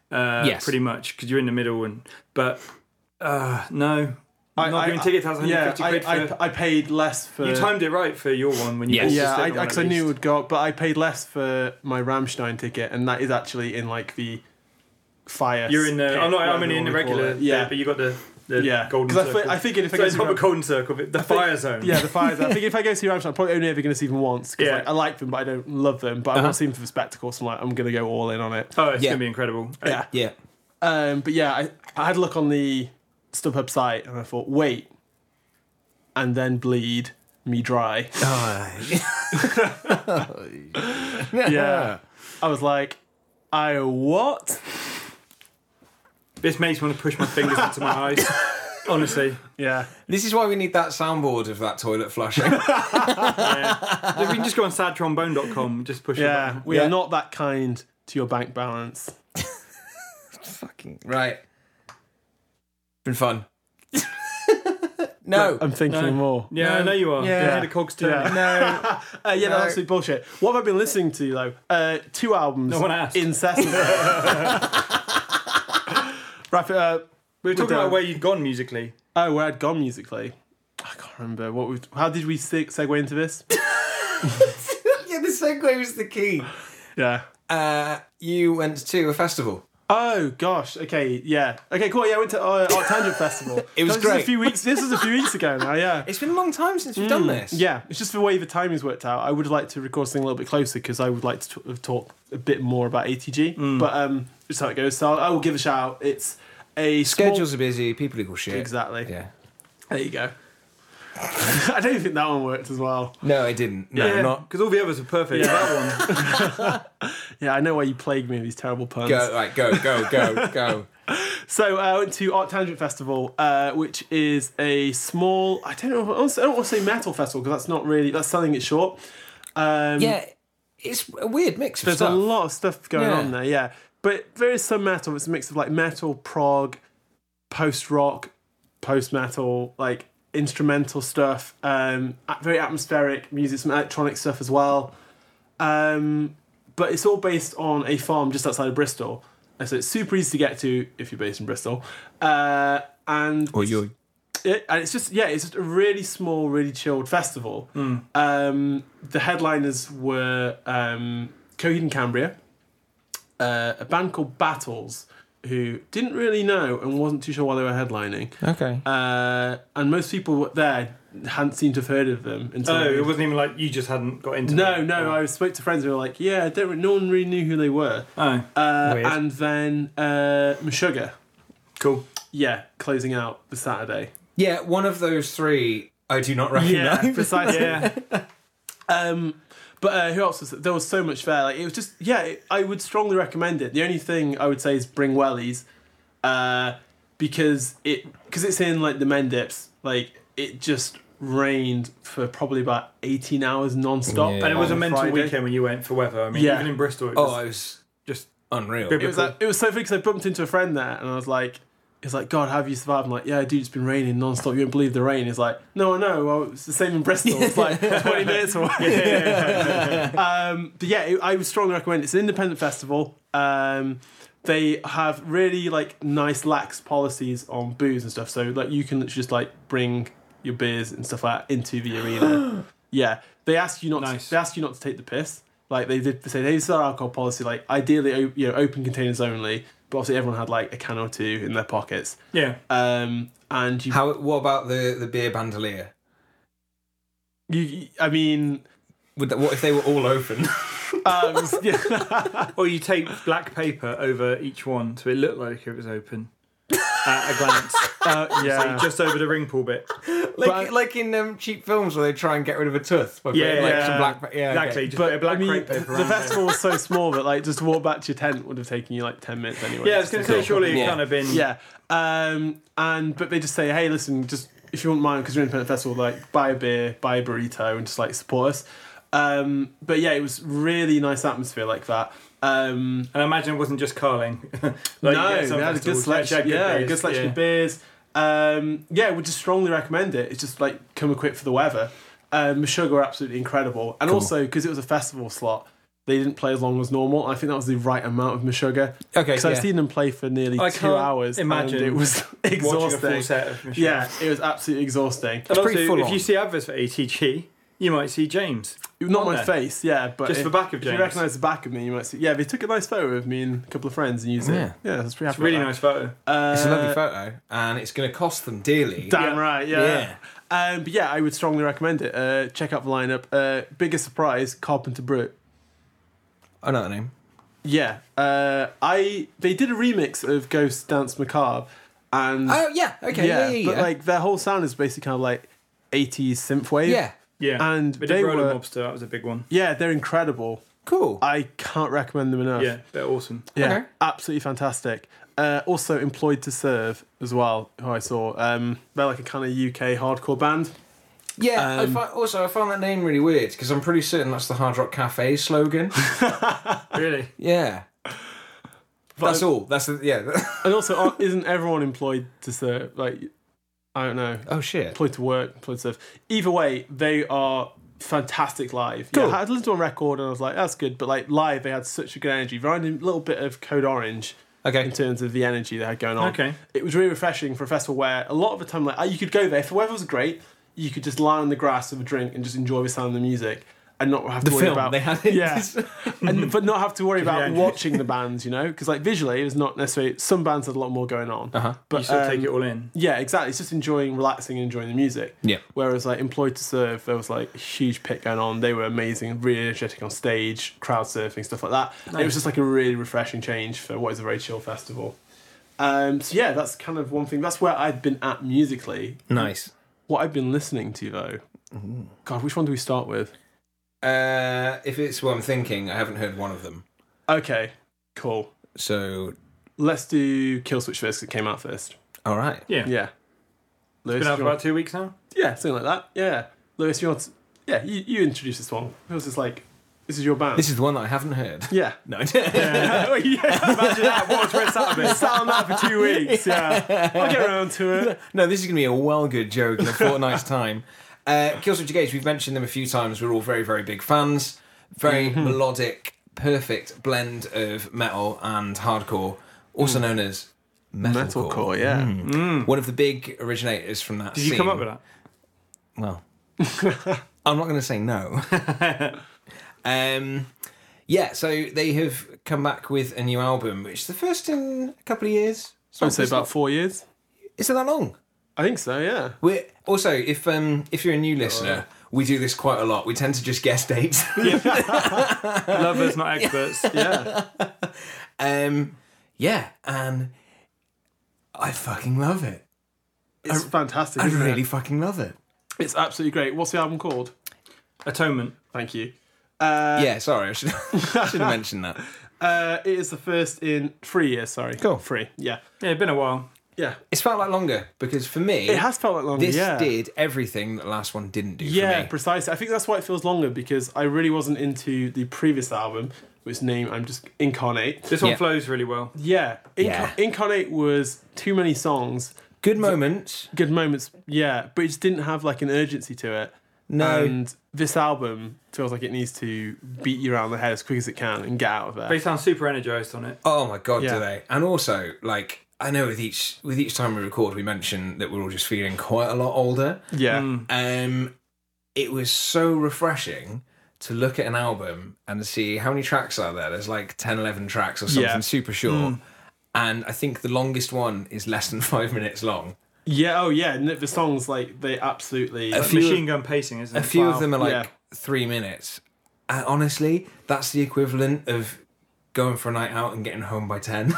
D: Uh,
C: Yes.
D: pretty much because you're in the middle and but uh, no,
E: I,
D: not giving tickets has 150
E: yeah,
D: quid
E: I,
D: for-
E: I, I paid less for.
D: you timed it right for your one when you
C: Yes.
D: bought the
E: Uh, yeah,
D: second one
E: because I,
D: at
E: knew it
D: least.
E: would go up, but I paid less for my Ramstein ticket, and that is actually in like the fire.
D: You're in the.
E: pit,
D: I'm not. I'm
E: whatever
D: in, in the
E: we call
D: regular.
E: it.
D: Yeah,
E: Yeah,
D: but you got the The
E: Yeah.
D: golden
E: 'Cause I
D: circle.
E: fi- I figured if
D: I
E: I
D: guess
E: go
D: not
E: to-
D: the golden circle, but the fire zone.
E: Yeah, the fire. zone. I think if I go see Rammstein, I'm probably only ever going to see them once. 'cause,
D: Yeah. Uh-huh.
E: like, I like them, but I don't love them. But I want to see them for the spectacle, so I'm like, I'm going to go all in on it.
D: Oh, it's
C: Yeah.
D: gonna be incredible.
E: Yeah.
C: Yeah.
E: Um, but yeah, I, I had a look on the StubHub site and I thought, wait, and then bleed me dry. yeah. I was like, I what?
D: This makes me want to push my fingers into my eyes. Honestly,
E: Yeah.
C: This is why we need that soundboard of that toilet flushing.
D: yeah.
F: We can just go on sadtrombone.com. Just push it.
E: Yeah.
F: button.
E: We
C: Yeah.
E: are not that kind to your bank balance.
C: right. Been fun. no.
E: I'm thinking more.
D: Yeah, I know you are.
C: Yeah.
D: Yeah, the cogs turning.
E: Yeah.
C: No.
E: Uh, yeah,
C: No.
E: that's absolute bullshit. What have I been listening to though? Uh, two albums.
D: No one asked.
E: Incessantly. Wrap it up.
D: We were talking
E: done.
D: about where you'd gone musically.
E: Oh, where I'd gone musically. I can't remember what. We, how did we se- segue into this?
C: yeah, the segue was the key.
E: yeah.
C: Uh, you went to a festival.
E: Oh gosh. Okay. Yeah. Okay. Cool. Yeah. I went to uh, Art Tangent Festival.
C: It was
E: This is
C: great.
E: a few weeks. This was a few weeks ago now. Yeah.
C: It's been a long time since we've done this.
E: Mm, Yeah, it's just the way the timing's worked out. I would like to record something a little bit closer because I would like to t- talk a bit more about ATG.
C: Mm.
E: But um, just how it goes. So I'll, I will give a shout. out. It's a small-
C: Schedules are busy, people equal shit.
E: Exactly.
C: Yeah.
E: There you go. I don't think that one worked as well.
C: No, I didn't. No,
D: Yeah,
C: not.
D: because all the others are perfect. That one.
E: Yeah, I know why you plagued me with these terrible puns.
C: Go, right, go, go, go, go.
E: So uh, I went to Art Tangent Festival, uh, which is a small. I don't know. I don't want to say metal festival because that's not really. That's selling it short. Um,
C: Yeah, it's a weird mix of
E: There's
C: stuff.
E: a lot of stuff going
C: Yeah.
E: on there, yeah. But there is some metal. It's a mix of like metal, prog, post rock, post metal, like instrumental stuff. Um, a- very atmospheric music, some electronic stuff as well. Um, but it's all based on a farm just outside of Bristol, and so it's super easy to get to if you're based in Bristol. Uh, and
C: Or you.
E: it, and it's just yeah, it's just a really small, really chilled festival.
D: Hmm.
E: Um, the headliners were um, Coheed and Cambria, uh, a band called Battles, who didn't really know and wasn't too sure why they were headlining.
D: Hmm.
C: Okay.
E: Uh, and most people there hadn't seemed to have heard of them until
D: No, Oh, it wasn't Oh. even like you just hadn't got into.
E: no,
D: it.
E: no. I spoke to friends who were like, yeah, I don't, re- no one really knew who they were.
D: Oh,
E: Uh,
D: Weird.
E: and then uh, Meshuggah,
D: cool.
E: yeah, closing out the Saturday.
C: yeah, one of those three I do not recognize.
E: Yeah, precisely.
D: Yeah,
E: Um, but uh, who else was there? Was so much there. Like it was just yeah. It, I would strongly recommend it. The only thing I would say is bring wellies, uh, because it because it's in like the Mendips. Like it just rained for probably about eighteen hours non-stop.
C: Yeah.
D: and it was a
E: on
D: mental
E: Friday.
D: weekend when you went for weather. I mean,
E: Yeah.
D: even in Bristol, it
C: Oh,
D: was
C: I was
D: just
C: unreal.
E: It was,
D: Cool.
E: like- it was so funny because I bumped into a friend there and I was like, it's like, God, how have you survived? I'm like, yeah, dude, it's been raining non-stop. You won't believe the rain. He's like, no, I know. Well, it's the same in Bristol. It's like 20 minutes away. um, but yeah, it- I would strongly recommend it. It's an independent festival. Um, they have really like nice lax policies on booze and stuff. So like you can just like bring your beers and stuff like that into the arena. yeah. They ask you not
D: Nice.
E: to, they ask you not to take the piss. Like they did say they said alcohol policy like ideally o- you know open containers only, but obviously everyone had like a can or two in their pockets.
D: yeah.
E: Um and you
C: How? What about the the beer bandolier?
E: you I mean
C: Would that, what if they were all open?
E: um, yeah.
D: Or you tape black paper over each one so it looked like it was open at a glance,
E: Uh, yeah.
D: just over the ring pull bit.
C: like like in um, cheap films where they try and get rid of a tooth. by putting,
D: Yeah,
C: like
D: yeah.
C: some black. Yeah, okay.
D: Exactly, just put a black crepe paper
E: the
D: around it.
E: festival was so small that like just to walk back to your tent would have taken you like ten minutes anyway.
D: Yeah, I was going to say surely
C: Yeah.
D: it kind of been
E: Yeah, um, and but they just say, hey, listen, just if you wouldn't mind, because we're an independent festival, like buy a beer, buy a burrito, and just like support us. Um, but yeah, it was really nice atmosphere like that. Um,
D: And I imagine it wasn't just carling. like
E: no, we had a good selection. yeah, a good selection of beers. Um, yeah, would just strongly recommend it. It's just like come equipped for the weather. Um, Meshuggah were absolutely incredible, and also because it was a festival slot, they didn't play as long as normal. I think that was the right amount of Meshuggah.
C: Okay,
E: because
C: yeah.
E: I've seen them play for nearly
D: I
E: two
D: can't
E: hours. and
D: imagine
E: it was
D: Watching a
E: exhausting.
D: full set of Michelle.
E: Yeah, it was absolutely exhausting.
D: And also,
C: pretty full
D: if
C: on.
D: you see adverts for ATG, you might see James.
E: Not my
D: there?
E: face, yeah, but
D: Just
E: if-
D: the back of
E: If you
D: James.
E: recognise the back of me, you might see. Yeah, they took a nice photo of me and a couple of friends and used
C: Yeah.
E: it. Yeah, that's pretty.
D: Oh, It's a really nice photo.
E: Uh,
C: It's a lovely photo, and it's going to cost them dearly.
E: Damn right, yeah. Um, but yeah, I would strongly recommend it. Uh, check out the lineup. Uh, biggest surprise, Carpenter Brut.
C: I know the name.
E: Yeah, uh, I they did a remix of Ghost Dance Macabre, and
C: Oh yeah, okay, yeah, yeah, yeah.
E: but like their whole sound is basically kind of like 80s synthwave.
C: yeah,
D: Yeah,
E: and
D: we
E: they
D: did Roller
E: were-
D: Mobster. That was a big one.
E: yeah, they're incredible.
C: cool.
E: I can't recommend them enough.
D: Yeah, they're awesome.
E: Yeah,
C: Okay.
E: absolutely fantastic. Uh, also, Employed to Serve as well, who I saw. Um, they're like a kind of UK hardcore band.
C: yeah.
E: um,
C: I fi- also, I found that name really weird because I'm pretty certain that's the Hard Rock Cafe slogan.
D: Really?
C: yeah. That's all. That's the, yeah.
E: And also, aren't- isn't everyone employed to serve? Like, I don't know,
C: oh shit.
E: employed to work, employed to serve. Either way, they are fantastic live.
C: Cool.
E: Yeah, I had listened to on record and I was like, that's good. But like live, they had such a good energy. Reminded me a little bit of Code Orange.
C: Okay.
E: in terms of the energy they had going on.
D: Okay.
E: It was really refreshing for a festival where a lot of the time, like uh, you could go there if the weather was great, you could just lie on the grass with a drink and just enjoy the sound of the music and not have to worry
C: film,
E: about
C: they had it.
E: yeah, and but not have to worry about
D: Yeah.
E: watching the bands, you know, because like visually it was not necessarily some bands had a lot more going on, uh-huh. but
D: You sort of
E: um,
D: take it all in.
E: yeah, exactly. It's just enjoying, relaxing, and enjoying the music.
C: Yeah.
E: Whereas like employed to serve, there was like a huge pit going on. They were amazing, really energetic on stage, crowd surfing stuff like that. And it was just like a really refreshing change for what is a very chill festival. Um, so yeah, that's kind of one thing. That's where I've been at musically.
C: Nice.
E: What I've been listening to though, God, which one do we start with?
C: Uh, if it's what I'm thinking, I haven't heard one of them.
E: Okay, cool.
C: So,
E: Let's do Killswitch first. 'cause It came out first.
C: all right.
D: Yeah.
E: Yeah. Lewis,
D: Been out for
E: do you
D: about two weeks now.
E: Yeah, something like that. Yeah. Lewis, you want to, yeah, you, you introduce this one. It was just like, this is your band.
C: This is the one that I haven't heard.
E: yeah.
C: No.
E: Oh, yeah. Imagine that. Watch where it's at, Sat on that for two weeks. Yeah. I'll get around to it.
C: No, this is going to be a well good joke in a fortnight's time. Uh, Killswitch Engage, we've mentioned them a few times. We're all very, very big fans. Very
D: Mm-hmm.
C: melodic, perfect blend of metal and hardcore,
D: Mm.
C: also known as metalcore. Hmm.
E: Metalcore, yeah.
C: One of the big originators from that
D: Did you come up with that?
C: Well, I'm not going to say no. um, yeah, so they have come back with a new album, which is the first in a couple of years. So
E: I'd say about four years.
C: Is it that long?
E: I think so, yeah.
C: We're, also, if um, if you're a new listener,
E: Oh.
C: we do this quite a lot. We tend to just guess dates.
D: Lovers, not experts.
E: Yeah.
C: um, yeah, and I fucking love it.
E: It's fantastic.
C: I
E: isn't it?
C: really fucking love it.
E: It's absolutely great. What's the album called?
D: Atonement.
E: Thank you. Uh,
C: yeah, sorry, I should, I should have mentioned that.
E: uh, it is the first in three years, sorry.
C: Cool.
E: Three, yeah.
D: Yeah, been a while.
E: Yeah.
C: It's felt like longer because for me,
E: It has felt like longer,
C: this
E: yeah.
C: did everything that the last one didn't do for
E: Yeah,
C: me.
E: precisely. I think that's why it feels longer because I really wasn't into the previous album, whose name I'm just Incarnate.
D: This one
C: Yeah.
D: flows really well.
E: Yeah, Inca-
C: Yeah.
E: Incarnate was too many songs,
C: Good moments.
E: good moments. Yeah, but it just didn't have like an urgency to it.
C: No.
E: And this album feels like it needs to beat you around the head as quick as it can and get out of
D: They
E: there.
D: sound super energized on it.
C: Oh my god,
E: Yeah.
C: do they? And also, like, I know with each with each time we record, we mention that we're all just feeling quite a lot older.
E: Yeah,
C: Um, it was so refreshing to look at an album and see how many tracks are there. There's like 10, 11 tracks or something,
E: Yeah. Mm.
C: super short. And I think the longest one is less than five minutes long.
E: yeah, oh yeah. And the songs like they absolutely.
C: A few,
D: Machine
C: of,
D: gun pacing, isn't
C: a
D: it?
C: few
E: Wow.
C: of them are like
E: Yeah.
C: three minutes. And honestly, that's the equivalent of going for a night out and getting home by 10.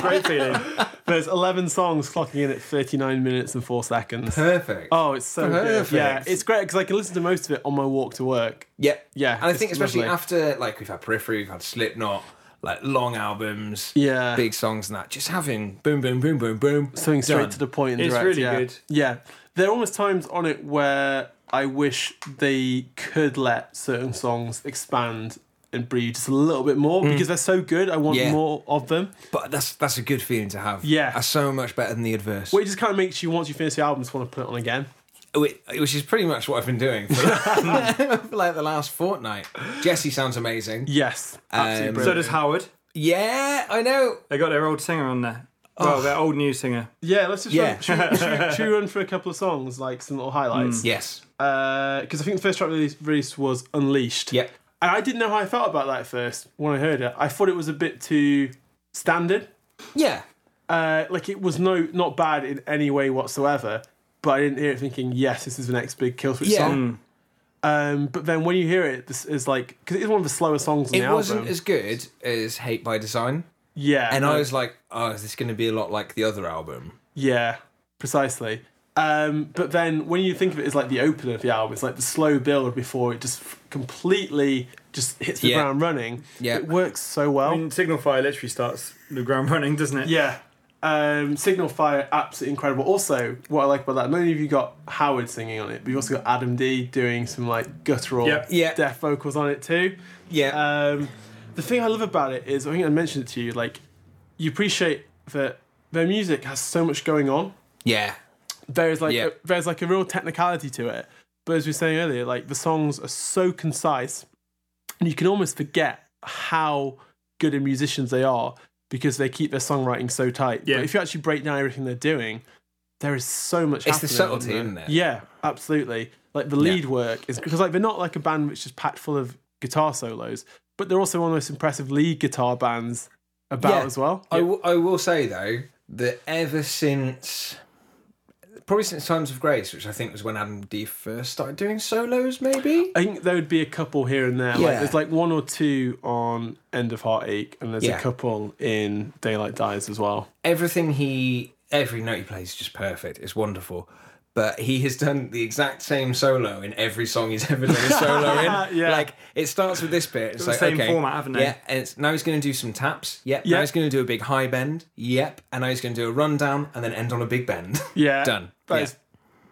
D: Great feeling.
E: There's 11 songs clocking in at 39 minutes and four seconds.
C: Perfect.
E: Oh, it's so
C: Perfect.
E: good. Yeah, it's great because I can listen to most of it on my walk to work.
C: Yeah,
E: Yeah,
C: And I think
E: it's
C: especially
E: lovely.
C: after like we've had Periphery, we've had Slipknot, like long albums,
E: Yeah.
C: big songs and that. Just having boom, boom, boom, boom, boom,
E: something straight
C: done.
E: to the point and
D: It's
E: direct,
D: really
E: yeah.
D: good.
E: Yeah, there are almost times on it where I wish they could let certain songs expand and breathe just a little bit more
D: Hmm.
E: because they're so good. I want
C: Yeah.
E: more of them.
C: But that's that's a good feeling to have.
E: Yeah.
C: that's so much better than the adverse,
E: But it just kind of makes you once you finish the album, just want to put it on again.
C: which, which is pretty much what I've been doing for, for like the last fortnight. Jesse sounds amazing.
E: Yes, absolutely
C: Um,
E: brilliant.
D: so does Howard.
C: Yeah, I know.
D: They got their old singer on there.
C: Oh.
D: Well, their old news singer.
E: Yeah, let's just
C: Yeah.
E: Run, should, we- should, we- should we run for a couple of songs, like some little highlights?
C: Yes.
E: because I think the first track release, release was Unleashed.
C: Yep.
E: And I didn't know how I felt about that at first when I heard it. I thought it was a bit too standard.
C: Yeah.
E: Uh, like it was no not bad in any way whatsoever. But I didn't hear it thinking, yes, this is the next big Killswitch
C: Yeah. Mm.
E: song. Um, but then when you hear it, this is like because it is one of the slower songs on
C: It
E: the
C: wasn't
E: album.
C: as good as Hate by Design.
E: yeah,
C: And
E: no,
C: I was like, oh, is this going to be a lot like the other album?
E: Yeah, precisely. Um, but then when you think of it as like the opener of the album, it's like the slow build before it just f- completely just hits the
C: Yeah.
E: ground running.
C: Yeah.
E: It works so well.
D: I mean, Signal Fire literally starts the ground running, doesn't it?
E: yeah. Um, Signal Fire, absolutely incredible. Also, what I like about that, not only have you got Howard singing on it, but you've also got Adam D doing some like guttural
D: Yep.
C: Yeah.
E: death vocals on it too.
C: Yeah.
E: Um, the thing I love about it is, I think I mentioned it to you, like, you appreciate that their music has so much going on.
C: yeah.
E: there's like
C: Yeah.
E: a, there's like a real technicality to it. But as we were saying earlier, like the songs are so concise, and you can almost forget how good a musicians they are because they keep their songwriting so tight.
D: Yeah.
E: But if you actually break down everything they're doing, there is so much.
C: It's the
E: happening,
C: subtlety, isn't it?
E: Yeah, absolutely. Like the lead work is because like they're not like a band which is packed full of guitar solos, but they're also one of the most impressive lead guitar bands about
C: Yeah. Oh,
E: as well.
C: I, w- I will say though that ever since probably since Times of Grace, which I think was when Adam D first started doing solos, maybe.
E: I think there would be a couple here and there. Like
C: Yeah.
E: there's like one or two on End of Heartache, and there's a
C: Yeah.
E: couple in Daylight Dies as well.
C: Everything he every note he plays is just perfect. It's wonderful. But he has done the exact same solo in every song he's ever done a solo in.
E: Yeah.
C: Like it starts with this bit. It's
D: the
C: like
D: same
C: okay,
D: format, haven't they?
C: Yeah, and it's, now he's going to do some taps. Yep.
E: Yeah.
C: Now he's going to do a big high bend. Yep. And now he's going to do a rundown and then end on a big bend.
E: Yeah,
C: Done.
E: But,
C: Yeah.
E: it's-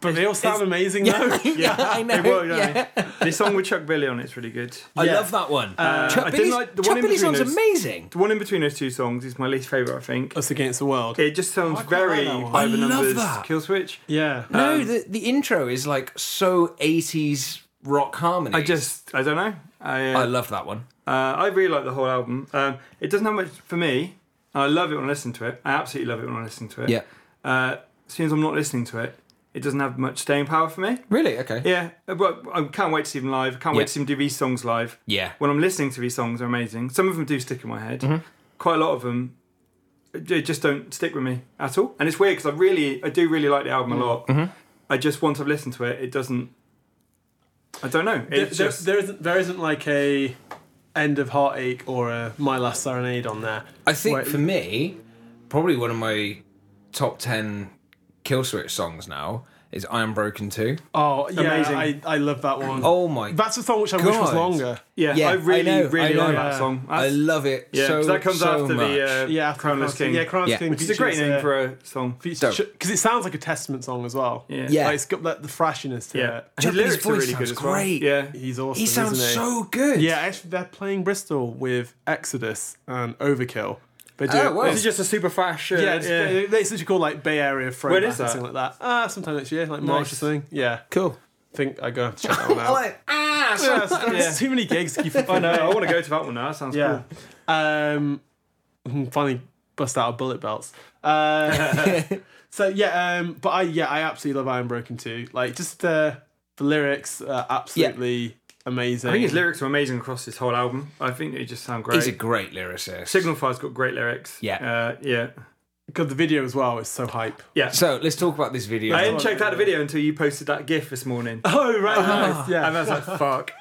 E: but they all sound amazing though.
C: yeah, I know.
D: It worked, don't
C: yeah.
D: it? The song with Chuck Billy on it's really good.
C: I
E: Yeah.
C: love that one. Chuck
D: Uh, I didn't
C: Billy's,
D: like the
C: Chuck
D: one in
C: Billy
D: between
C: sounds
D: those.
C: amazing.
D: The one in between those two songs is my least favourite, I think.
E: Us against the world.
D: It just sounds
E: quite like
D: very
E: that one.
D: by the
C: I love
D: numbers
C: that.
D: kill switch.
E: yeah,
C: No,
D: Um,
C: the, the intro is like so 80s rock harmony.
D: I just, I don't know. I, uh,
C: I love that one.
D: Uh, I really like the whole album. Um, it doesn't have much for me. I love it when I listen to it. I absolutely love it when I listen to it.
C: Yeah.
D: Uh, as soon as I'm not listening to it, it doesn't have much staying power for me.
C: Really? Okay.
D: Yeah, uh, but I can't wait to see them live. Can't
C: Yeah.
D: wait to see them do these songs live.
C: Yeah.
D: When I'm listening to these songs, are amazing. Some of them do stick in my head.
C: Mm-hmm.
D: Quite a lot of them, uh, they just don't stick with me at all. And it's weird because I really, I do really like the album a lot.
C: Mm-hmm.
D: I just once I've listened to it, it doesn't. I don't know.
E: there,
D: It's
E: there-
D: just
E: there isn't there isn't like a End of Heartache or a My Last Serenade on there.
C: I think
E: Wait.
C: for me, probably one of my top 10 Killswitch songs now is I Am Broken Too.
E: Oh, yeah,
D: Amazing.
E: I, I love that one.
C: Oh my
E: that's the song which I wish was
C: God.
E: longer.
D: yeah,
C: Yeah,
D: I
C: I
D: really,
C: know,
D: really
C: I know.
D: like that song.
C: I
D: That's-
C: love it
D: Yeah,
C: so
D: because that comes
C: so
D: after
C: much.
D: the uh,
E: Yeah, after
D: Crownless
E: Crownless
D: King.
E: Yeah, Crownless
C: Yeah.
E: King.
D: which is a great
E: features,
D: name
E: uh,
D: for a song.
C: Dope.
E: because it sounds like a Testament song as well.
D: Yeah.
C: Yeah.
E: Like, it's got like, the thrashiness to
D: Yeah,
E: it.
D: And
C: Japanese voice sounds
D: well.
C: great.
D: Yeah,
E: He's awesome.
C: he sounds
E: isn't
C: so good.
E: Yeah, actually, they're playing Bristol with Exodus and Overkill. They do.
C: Oh,
E: it-
C: wow.
E: it's
D: it's
E: just-
D: just a super fast. Uh,
E: yeah, it's, They, they essentially call like Bay Area throwback
D: is
E: or
D: that?
E: something like that. Ah, sometime next year, like March or
D: Nice.
E: something. Yeah,
C: Cool.
E: I think I gotta have to check that one out.
C: Like, ah, so-
E: yeah, it's- it's too many gigs. to keep
D: I know. I want to go to that one now. That sounds
E: Yeah. Um, hmm, finally bust out of bullet belts. Uh, so yeah, um, but I yeah I absolutely love Iron Broken too. Like just uh, the lyrics, are absolutely amazing.
D: I think his lyrics are amazing across this whole album. I think they just sound great.
C: He's a great lyricist.
D: Signal Fire's got great lyrics.
C: Yeah.
D: uh, yeah,
E: God, the video as well is so hype.
D: yeah.
C: So let's talk about this video.
D: I didn't check out the video until you posted that GIF this morning, and
E: Oh right, nice. yeah.
D: I was like, "Fuck."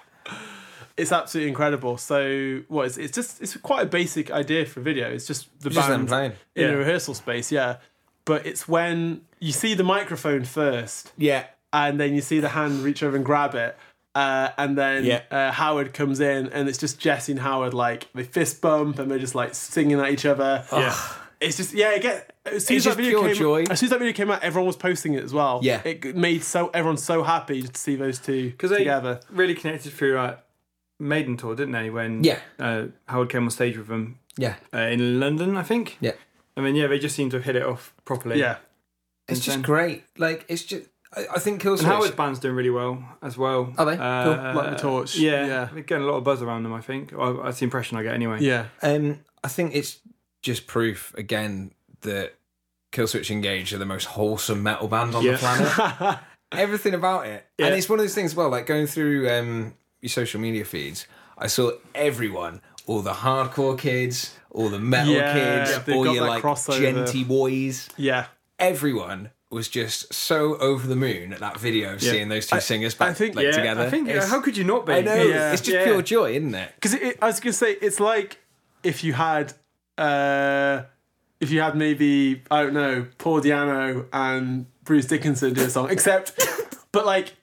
E: it's absolutely incredible. So what is it's just it's quite a basic idea for a video. It's just the
C: Just them
E: band
C: playing.
E: in
D: Yeah.
E: a rehearsal space, yeah. But it's when you see the microphone first,
C: Yeah.
E: and then you see the hand reach over and grab it, uh, and then
C: Yeah.
E: uh, Howard comes in, and it's just Jesse and Howard like they fist bump and they're just like singing at each other.
D: Yeah,
E: It's just yeah, it get, as soon
C: It's
E: as that
C: just
E: video
C: pure
E: came,
C: joy.
E: as soon as that video came out, everyone was posting it as well.
C: Yeah.
E: it made so everyone so happy to see those two
D: because they
E: together.
D: really connected through that Maiden tour, didn't they? When
C: Yeah.
D: uh, Howard came on stage with them
C: Yeah.
D: uh, in London, I think.
C: Yeah.
D: I mean, yeah, they just seem to have hit it off properly.
E: Yeah,
C: It's just
D: then-
C: great. Like, it's just, I, I think Killswitch.
D: And Howard's band's doing really well as well.
C: Are they?
D: Uh,
C: Cool.
E: Light the torch.
D: Yeah,
E: Yeah.
D: they're getting a lot of buzz around them. I think. Or that's the impression I get anyway.
E: yeah.
C: Um, I think it's just proof again that Killswitch Engage are the most wholesome metal band on
D: Yeah.
C: the planet. Everything about it, and it's one of those things. as Well, like going through um, your social media feeds, I saw everyone, all the hardcore kids, all the metal
E: Yeah,
C: kids,
E: they've
C: all
E: got
C: your
E: that
C: like
E: crossover.
C: genty boys.
E: Yeah.
C: Everyone was just so over the moon at that video of seeing those two singers back
E: I think-
C: like,
E: yeah,
C: together.
D: I think
C: It's-
D: how could you not be?
C: I know
E: Yeah.
C: it's just
D: Yeah.
C: pure joy, isn't it?
E: Because it, it- I was going to say, it's like if you had, uh, if you had maybe I don't know, Paul Diano and Bruce Dickinson do a song, except, but like,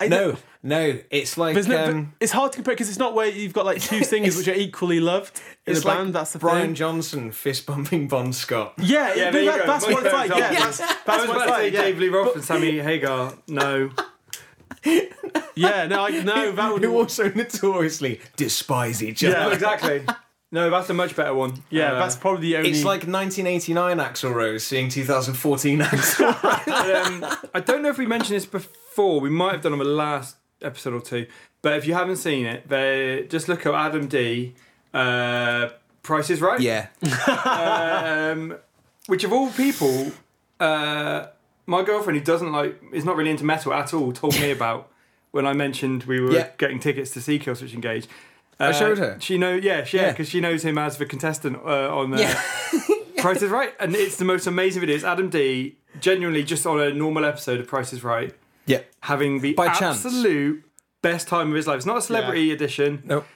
E: I
C: No, no, it's like
E: But it's not-
C: um,
E: but it's hard to compare because it's not where you've got like two singers which are equally loved in a
C: it's like
E: band. That's the
C: Brian
E: thing.
C: Johnson fist bumping Bon Scott.
E: yeah, yeah,
D: Yeah,
E: but
D: there you
E: that-
D: go.
E: that's what it's like.
D: Brian
E: Yeah, that's,
D: Johnson.
E: that's
D: I was
E: what
D: about
E: it's
D: to say
E: like.
D: Dave Lee
E: Yeah.
D: Roth and Sammy Hagar. No,
E: yeah, no, I, no, that would.
C: who also notoriously despise each other.
D: No, exactly. No, that's a much better one.
E: Yeah,
D: Uh,
E: that's probably the only.
C: It's like 1989 Axl Rose seeing 2014 Axl.
D: um, I don't know if we mentioned this before. We might have done on the last episode or two. But if you haven't seen it, they just look at Adam D. Uh, Price is Right.
C: yeah,
D: Um, which of all people, uh, my girlfriend who doesn't like is not really into metal at all told me about when I mentioned we were
C: Yeah.
D: getting tickets to see Killswitch Engage. Uh,
C: I showed her.
D: She know, yeah, she- yeah,
C: Yeah.
D: because she knows him as the contestant uh, on the
C: Yeah.
D: Price is Right, and it's the most amazing video. It's Adam D. Genuinely, just on a normal episode of Price is Right,
C: yeah.
D: having the
C: By chance.
D: absolute best time of his life. It's not a celebrity edition.
C: Nope.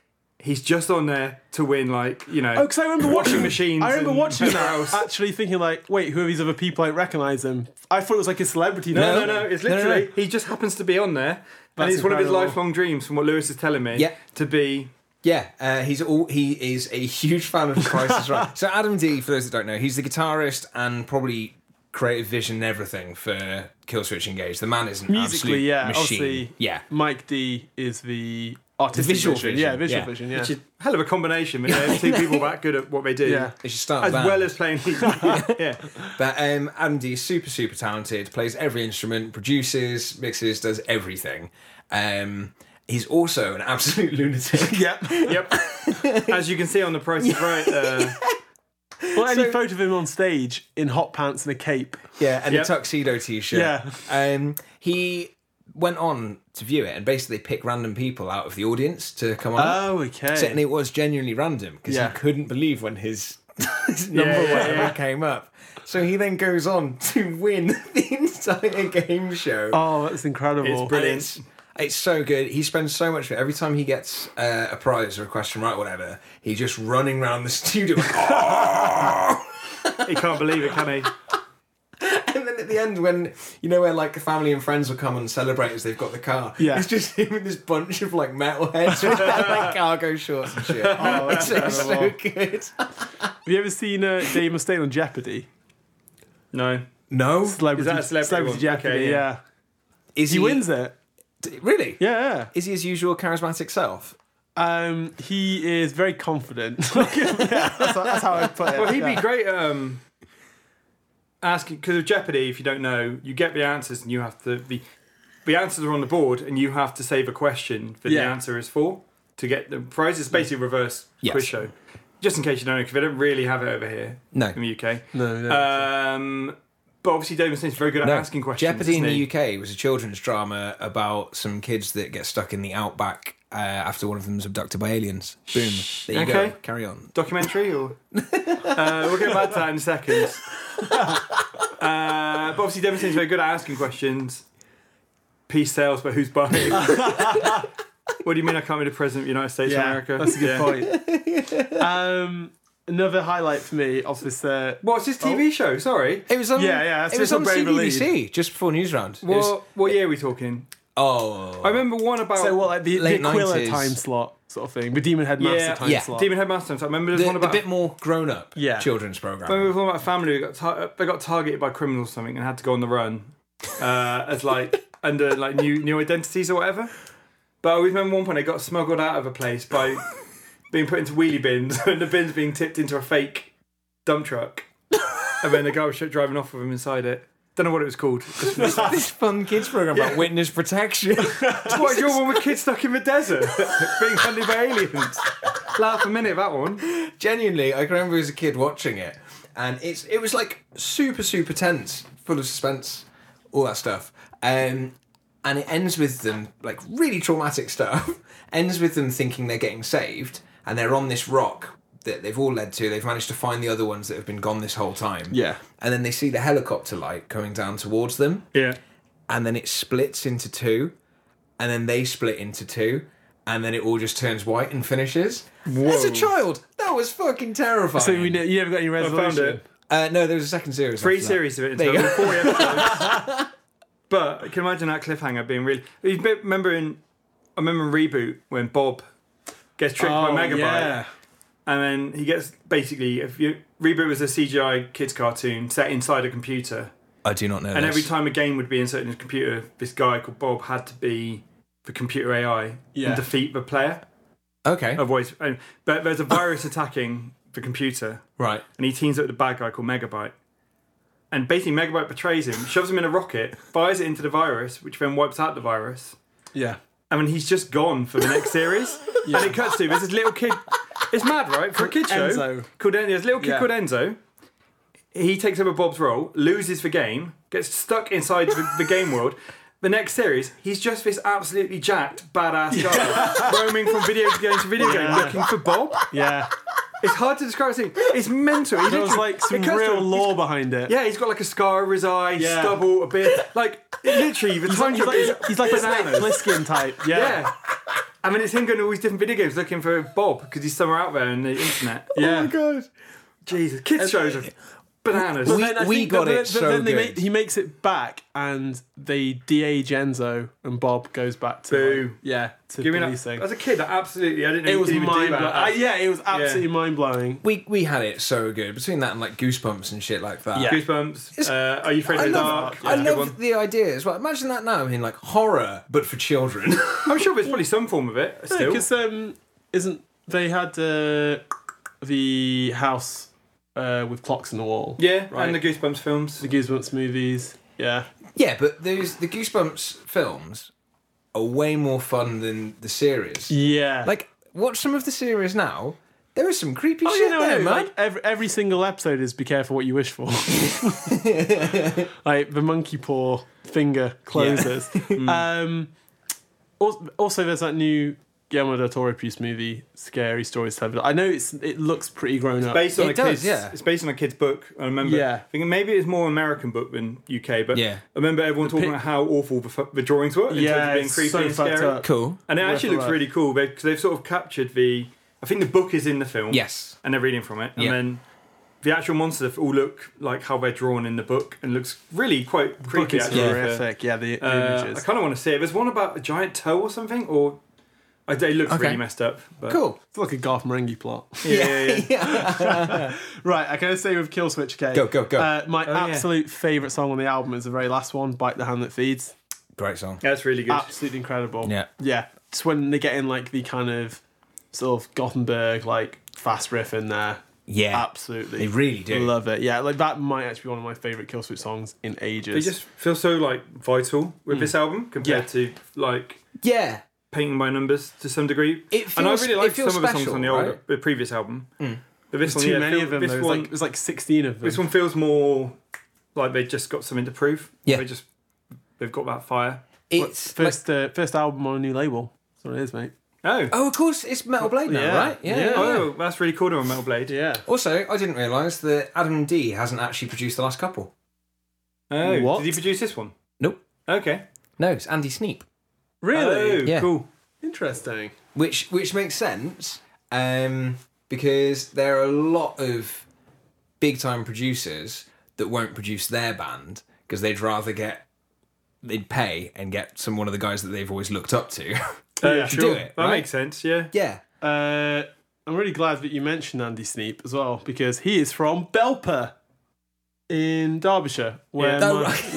D: He's just on there to win, like you know.
E: Oh, because I remember watching
D: machines
E: I remember
D: and
E: watching
D: everything
E: that,
D: else.
E: actually thinking like, wait, who are these other people? I don't recognise them. I thought it was like a celebrity.
D: No, no,
E: thing.
D: no. It's
C: No, no,
D: literally he just happens to be on there, and
E: That's
D: it's one of his
E: incredible.
D: lifelong dreams, from what Lewis is telling me,
C: Yeah.
D: to be.
C: Yeah, uh, he's all he is a huge fan of Price is Right. So Adam D, for those that don't know, he's the guitarist and probably creative vision and everything for Killswitch Engage. The man is an absolute
E: Musically, yeah,
C: machine.
E: obviously.
C: Yeah,
E: Mike D is the artistic
C: visual
E: vision.
C: vision,
E: Yeah, visual
C: yeah.
E: vision. Yeah.
D: Which is a hell of a combination, but you know, two people that good at what they do,
E: Yeah.
C: they should start
D: as
C: a band.
D: well as playing. yeah,
C: But um, Andy is super, super talented, plays every instrument, produces, mixes, does everything. Um, he's also an absolute lunatic.
E: yeah.
D: yep. As you can see on the Price is Right, uh,
E: Well, any photo of him on stage in hot pants and a cape.
C: yeah, and a
D: Yep.
C: tuxedo t shirt.
E: Yeah.
C: Um, he went on to view it and basically pick random people out of the audience to come on.
E: Oh, okay.
C: So- and it was genuinely random because
E: Yeah.
C: he couldn't believe when his, his number
D: yeah,
C: whatever
D: yeah.
C: came up. So he then goes on to win the entire game show.
E: Oh, that's incredible.
D: It's brilliant.
C: It's, it's so good. He spends so much. Every time he gets uh, a prize or a question right, whatever, he's just running around the studio.
D: he can't believe it, can he?
C: and then at the end, when you know where like the family and friends will come and celebrate as they've got the car,
E: Yeah.
C: it's just him and this bunch of like metalheads with their, like cargo shorts and shit. Oh, it's it's so good.
E: Have you ever seen uh, Dave Mustaine on Jeopardy?
D: No.
C: No,
E: Celebrity,
D: that a celebrity one?
E: Jeopardy?
D: Okay,
E: yeah.
D: yeah.
C: is
E: He wins it.
C: Really?
E: Yeah.
C: Is he his usual charismatic self?
E: Um, he is very confident. yeah, that's, that's how I put it.
D: Well, he'd
E: yeah.
D: be great at um, asking because of Jeopardy. If you don't know, you get the answers, and you have to the the answers are on the board, and you have to save a question that the
E: Yeah.
D: answer is for to get the prize. It's basically reverse
C: Yes.
D: quiz show. Just in case you don't know, because they don't really have it over here
C: No.
D: in the UK.
E: No, no.
D: Um, but obviously, David Smith's very good at asking questions.
C: Jeopardy in
D: isn't
C: the
D: he?
C: UK was a children's drama about some kids that get stuck in the outback uh, after one of them's abducted by aliens. Boom. There you
D: Okay.
C: go. Carry on.
D: documentary or uh, we'll get back to that in a second uh, but obviously Demonstinate's very good at asking questions peace sales but who's buying what do you mean I can't be the president of the United States of
E: yeah,
D: America
E: that's a good
D: Yeah.
E: point. Um, another highlight for me of this. Uh,
D: what's this TV show sorry
C: It was on.
E: Yeah, yeah, it's
C: It was
E: just
C: on
E: on Brave
C: CBBC just before Newsround. It was-
D: what, what year are we talking
C: oh,
D: I remember one about
E: so what, like the, the
C: Late
E: Aquila
C: 90s.
E: time slot sort of thing, the Demon Headmaster
D: Yeah.
E: time
C: Yeah.
E: slot.
D: Demon Headmaster I remember there's
C: the,
D: one
C: the
D: about
C: bit more grown-up
E: Yeah.
C: children's program.
D: I remember there was one about a family who got tar- they got targeted by criminals or something and had to go on the run uh, as like under like new new identities or whatever. But I always remember one point they got smuggled out of a place by being put into wheelie bins and the bins being tipped into a fake dump truck, and then the guy was sh- driving off with them inside it. Don't know what it was called.
C: this fun kids program about witness protection.
D: what is your one with kids stuck in the desert being hunted by aliens? Laugh a minute at that one.
C: Genuinely, I can remember as a kid watching it. and it's it was like super super tense, full of suspense, all that stuff. Um, and it ends with them like really traumatic stuff. ends with them thinking they're getting saved, and they're on this rock that they've all led to. They've managed to find the other ones that have been gone this whole time.
E: Yeah.
C: and then they see the helicopter light coming down towards them
D: Yeah.
C: and then it splits into two, and then they split into two, and then it all just turns white and finishes. As a child, that was fucking terrifying.
E: So we ne- you never got any resolution.
D: it.
C: uh, no, there was a second series.
D: Three
C: after that.
D: series of it in
C: There you go.
D: total, four episodes. but I can imagine that cliffhanger being really. You be- remember in, I remember in reboot when Bob gets tricked
E: Oh,
D: by Megabite,
E: yeah.
D: and then he gets basically if you reboot was a CGI kids cartoon set inside a computer,
C: I do not know.
D: and
C: this.
D: every time a game would be inserted in a computer, this guy called Bob had to be the computer AI
E: Yeah.
D: and defeat the player.
C: Okay.
D: Otherwise, and- but there's a virus attacking the computer
C: right.
D: and he teams up with a bad guy called Megabyte. And basically, Megabyte betrays him, shoves him in a rocket, fires it into the virus, which then wipes out the virus.
E: Yeah.
D: I mean, he's just gone for the next series. And it cuts to there's this little kid. It's mad, right? For a kid show.
E: Enzo.
D: Called En- There's a little kid
E: Yeah.
D: called Enzo. He takes over Bob's role, loses the game, gets stuck inside the, the game world. The next series, he's just this absolutely jacked, badass guy, roaming from video game to video game, looking for Bob.
E: Yeah.
D: It's hard to describe. It's, it's mental. He
E: There was
D: literally-
E: like some
D: it cuts to-
E: real
D: he's-
E: law behind it.
D: Yeah, he's got like a scar over his eye,
E: Yeah.
D: stubble, a beard. Like literally, the
E: He's
D: time
E: like, he's
D: jump
E: like,
D: is
E: he's like a Snake
D: bananas.
E: Plissken type. Yeah.
D: Yeah. I mean, it's him going to all these different video games looking for Bob because he's somewhere out there on the internet.
E: Yeah.
C: God.
D: Jesus, kids shows are bananas.
E: But then I
C: We
E: think-
C: got
E: but
C: it so
E: they
C: good.
E: Make, he makes it back, and they de-age Enzo, and Bob goes back to
D: Boo.
E: like, yeah to
D: Give me that.
E: policing.
D: As a kid, I absolutely, I didn't know
E: It
D: you
E: was
D: could even
E: mind
D: do that.
E: blowing. yeah, it was absolutely
D: Yeah.
E: mind blowing.
C: We we had it so good between that and like goosebumps and shit like that.
E: Yeah.
D: Goosebumps. Uh, are you afraid of
C: I
D: the
C: love,
D: dark?
C: I
D: That's a good
C: love
D: one.
C: the idea as well. Imagine that now in like horror, but for children.
D: I'm sure there's probably some form of it still.
E: Because um, isn't they had uh, the house uh, with clocks on the wall?
D: yeah,
E: right.
D: and the Goosebumps films.
E: the Goosebumps movies. Yeah,
C: yeah, but those the goosebumps films are way more fun than the series.
E: yeah.
C: Like, watch some of the series now. There is some creepy
E: Oh,
C: shit
E: yeah, no,
C: there,
E: no,
C: man.
E: Like every every single episode is be careful what you wish for. like the monkey paw finger closes.
D: Mm.
E: um, also, also, there's that new Guillermo del Toro produced movie, Scary Stories to Tell. I know it's it looks pretty grown up.
D: based on
C: It
D: a
C: does,
D: kid's
C: yeah.
D: it's based on a kid's book. I remember
E: Yeah.
D: I think maybe it's more American book than UK, but
C: Yeah.
D: I remember everyone talking about how awful the, f- the drawings were in
E: yeah,
D: terms of
E: it's
D: being
E: so
D: creepy
E: fucked
D: and scary.
E: up.
C: Cool.
D: And it
E: Worth
D: actually
E: a
D: looks
E: watch.
D: really cool because they've sort of captured the I think the book is in the film.
C: Yes.
D: And they're reading from it. And
C: Yeah.
D: then the actual monsters all look like how they're drawn in the book and looks really quite
E: Book
D: creepy
E: is
D: actually.
E: horrific. Yeah, the, the
D: Uh, I
E: images.
D: kind of want to see it. There's one about a giant toe or something, or I- it looks
C: Okay.
D: really messed up. But
C: Cool.
E: It's like a Garth Marenghi plot.
D: Yeah, yeah, yeah.
E: Right, I can say with Kill Switch K.
C: Go, go, go.
E: Uh, my
D: Oh, yeah.
E: absolute favourite song on the album is the very last one, Bite the Hand That Feeds.
C: Great song.
D: That's really good.
E: Absolutely incredible.
C: Yeah.
E: Yeah. It's when they get in like the kind of sort of Gothenburg like fast riff in there.
C: Yeah.
E: Absolutely.
C: They really do.
E: Love it. Yeah, like that might actually be one of my favourite Kill Switch songs in ages.
D: They just feel so like vital with
C: Hmm.
D: this album compared to like
C: Yeah.
D: painting by numbers to some degree.
C: It
D: and I
C: feels-
D: really
C: it
D: like some
C: feels
D: of the songs
C: special,
D: on the, old,
C: right? Hmm.
D: the previous album. But this one,
E: too
D: yeah,
E: many
D: feel-
E: of them.
D: This
E: There's
D: one,
E: like, there's like 16 of them.
D: this one feels more like they just got something to prove.
C: Yeah.
D: they just they've got that fire.
C: It's like-
E: first uh, first album on a new label. That's what it is, mate.
D: Oh,
C: oh, of course, it's Metal Blade now,
E: Yeah.
C: right? Yeah.
E: Yeah.
C: yeah, yeah.
D: oh, that's really cool on Metal Blade.
E: Yeah.
C: Also, I didn't realise that Adam D hasn't actually produced the last couple.
D: Oh,
E: What?
D: did he produce this one?
C: Nope.
D: Okay,
C: No, it's Andy Sneap,
E: Really?
D: Oh,
C: Yeah.
D: cool.
E: Interesting.
C: which which makes sense um, because there are a lot of big time producers that won't produce their band because they'd rather get they'd pay and get some one of the guys that they've always looked up to.
E: yeah,
C: to do it,
D: That
C: right?
D: makes sense. Yeah,
C: yeah.
E: Uh, I'm really glad that you mentioned Andy Sneap as well because he is from Belper in Derbyshire.
D: Yeah.
E: Where yeah,
C: Oh, right.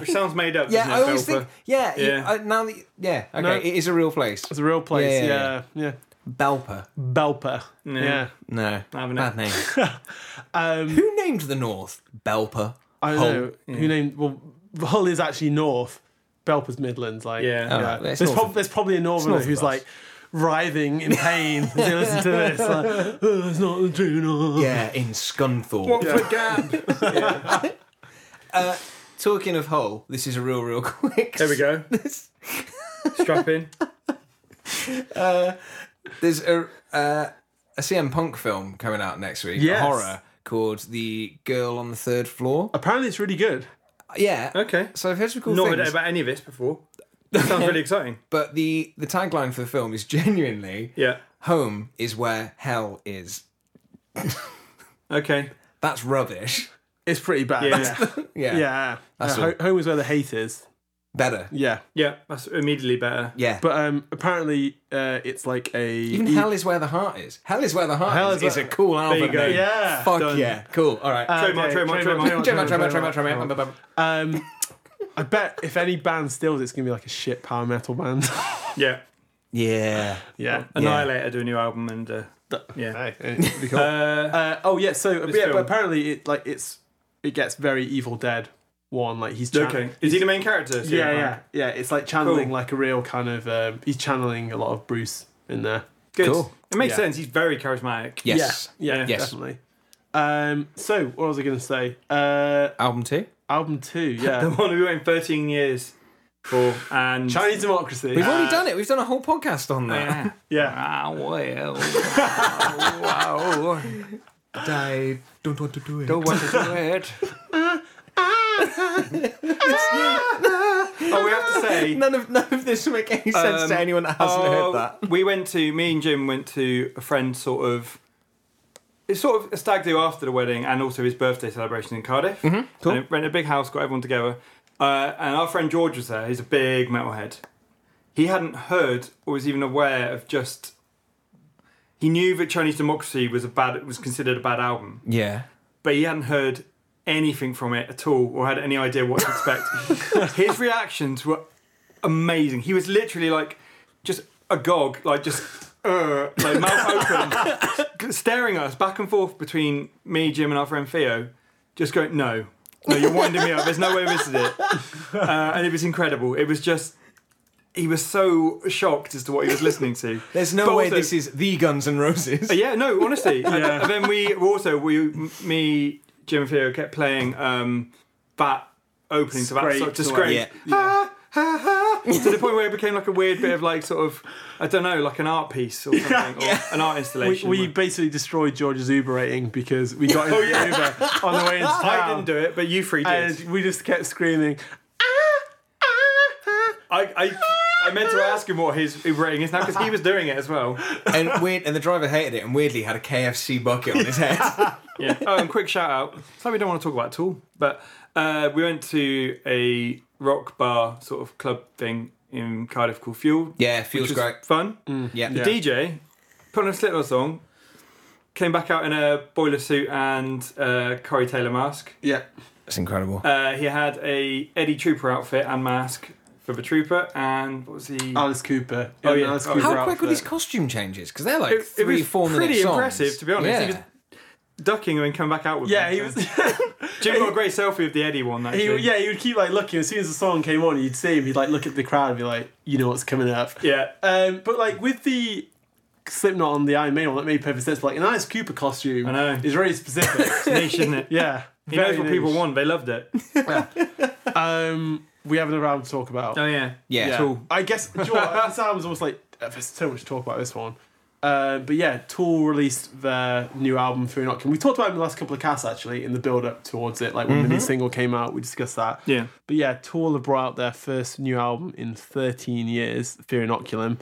D: which sounds made up.
C: Yeah,
D: doesn't it,
C: I always
D: Belper?
C: think. Yeah, yeah.
D: Yeah.
C: I, now that yeah, okay,
E: No.
C: it is a real place.
E: it's a real place.
C: Yeah,
E: Yeah,
C: yeah,
E: yeah,
C: Belper.
E: Belper. Yeah,
C: No,
D: haven't
C: bad name.
E: Um,
C: Who named the North Belper?
E: I don't
C: Hull.
E: know who named. Well, Hull is actually north. Belper's Midlands. Like,
D: Yeah.
C: Oh, right, it's
E: There's,
C: north
E: prob-
C: of-
E: there's probably a northerner
C: north of
E: who's
C: us.
E: like, writhing in pain as they listen to this. Like, oh, it's not the tune.
C: Yeah, in Scunthorpe. Uh,
D: Watford Gap.
C: Talking of Hull, this is a real, real quick.
D: There we go. Strap in.
C: There's a uh, a CM Punk film coming out next week,
E: Yes.
C: a horror called The Girl on the Third Floor. Uh,
E: Apparently, it's really good.
C: Yeah.
D: Okay.
C: So I've heard some cool
D: Not heard
C: things,
D: about any of this before. That sounds really exciting.
C: but the the tagline for the film is genuinely
D: Yeah.
C: "Home is where hell is."
D: Okay.
C: That's rubbish.
E: It's pretty bad.
D: Yeah.
C: Yeah.
E: yeah.
C: That's
E: Yeah,
C: all.
E: ho- home is where the hate is.
C: Better.
E: Yeah,
D: yeah. That's immediately better.
C: Yeah.
E: but um, apparently, uh, it's like a e-
C: Even hell is where the heart is. Hell is where the heart
E: Hell
C: is.
E: is
C: It's
E: where-
C: a cool album.
D: you go.
C: name.
E: Yeah.
C: Fuck
D: Done.
C: yeah. Cool. All right.
E: Uh,
D: Trademark,
E: yeah,
D: trademark, trademark.
C: Trademark, trademark, trademark, trademark, trademark.
E: Um, I bet if any band steals, it, it's gonna be like a shit power metal band.
D: Yeah.
C: Yeah.
E: yeah.
D: Oh, Annihilator do a new album and uh, yeah. Uh,
E: Uh, oh yeah. So yeah,
D: film.
E: but apparently, it like it's it gets very Evil Dead one. Like he's chan-
D: okay. Is he the main character?
E: Yeah, yeah, yeah. It's like channeling
D: Cool.
E: like a real kind of. Um, he's channeling a lot of Bruce in there.
D: Good.
C: Cool.
D: It makes
E: Yeah.
D: sense. He's very charismatic.
C: Yes.
E: Yeah, yeah,
D: Yes.
E: definitely. Um, so what was I going to say? Uh,
C: Album two.
E: album two,
D: The
E: yeah,
D: one we went 13 years for and
E: Chinese Democracy.
C: We've already done it. We've done a whole podcast on that.
E: yeah,
D: Ah, well.
C: I don't want to do it. Don't want to do it.
D: oh, we have to say.
C: none of none of this will make any sense to
D: um,
C: anyone that hasn't heard
D: oh,
C: that.
D: We went to, me and Jim went to a friend sort of, it's sort of a stag do after the wedding and also his birthday celebration in Cardiff. Mm-hmm,
C: cool.
D: And rented a big house, got everyone together. Uh, and our friend George was there. He's a big metalhead. He hadn't heard or was even aware of just. He knew that Chinese Democracy was a bad, was considered a bad album.
C: Yeah.
D: but he hadn't heard anything from it at all or had any idea what to expect. His reactions were amazing. He was literally like just agog, like just uh, like mouth open, staring at us back and forth between me, Jim, and our friend Theo, just going, "No, no, you're winding me up. There's no way this is it." Uh, and it was incredible. It was just. He was so shocked as to what he was listening to.
C: There's no
D: But
C: way
D: also-
C: this is the Guns N' Roses.
D: but yeah, no, honestly. And- And then we were also we me Jim and Theo kept playing um, that opening to that
E: Scrape
D: sort
E: to
D: of scrape
C: Yeah.
D: to the point where it became like a weird bit of like sort of I don't know like an art piece or something or an art
E: We,
D: installation. Oh,
E: we basically destroyed George's Uber rating because we got in the Uber on the way into town.
D: I didn't do it, but you three
E: and
D: did.
E: we just kept screaming.
D: I, I I meant to ask him what his rating is now because he was doing it as well.
C: and weird, and the driver hated it, and weirdly had a KFC bucket on his head.
D: Yeah. Oh, and quick shout out. It's like we don't want to talk about it at all, but uh, we went to a rock bar sort of club thing in Cardiff called Fuel.
C: yeah, feels
D: which was
C: great.
D: fun.
C: Yeah.
D: The DJ put on a Slipknot song, came back out in a boiler suit and uh, Corey Taylor mask.
E: Yeah,
C: That's incredible.
D: Uh, he had a Eddie Trooper outfit and mask for the Trooper, and what was he?
E: Alice Cooper. Yeah,
D: Oh, yeah.
E: Alice
D: How
E: Cooper
C: How quick were these
E: outfit.
C: costume changes? Because they're like
D: It- it
C: three,
D: was
C: four minutes.
D: pretty impressive, to be honest. He was- Ducking and then come back out with
E: Yeah,
D: him.
E: he was.
C: Oh,
D: Jim got a great selfie of the Eddie one. Actually.
E: He, yeah, he would keep like looking. As soon as the song came on, you'd see him. He'd like look at the crowd and be like, "You know what's coming up."
D: yeah.
E: Um, but like with the Slipknot on the Iron Maiden, one, that made perfect sense. But like an Alice Cooper costume,
D: I know.
E: is very specific.
D: Niche, isn't it?
E: yeah,
D: He knows what people want. They loved it.
E: Um, we have another album to talk about.
D: Oh yeah.
C: Yeah.
E: yeah.
D: Tool.
E: I guess do you know what? this album's almost like uh, there's so much to talk about this one. Uh, but yeah, Tool released their new album Fear Not. Can we talked about it in the last couple of casts actually in the build up towards it? Like when the new single came out, we discussed that.
D: Mm-hmm. Yeah.
E: But yeah, Tool have brought out their first new album in 13 years, Fear Inoculum.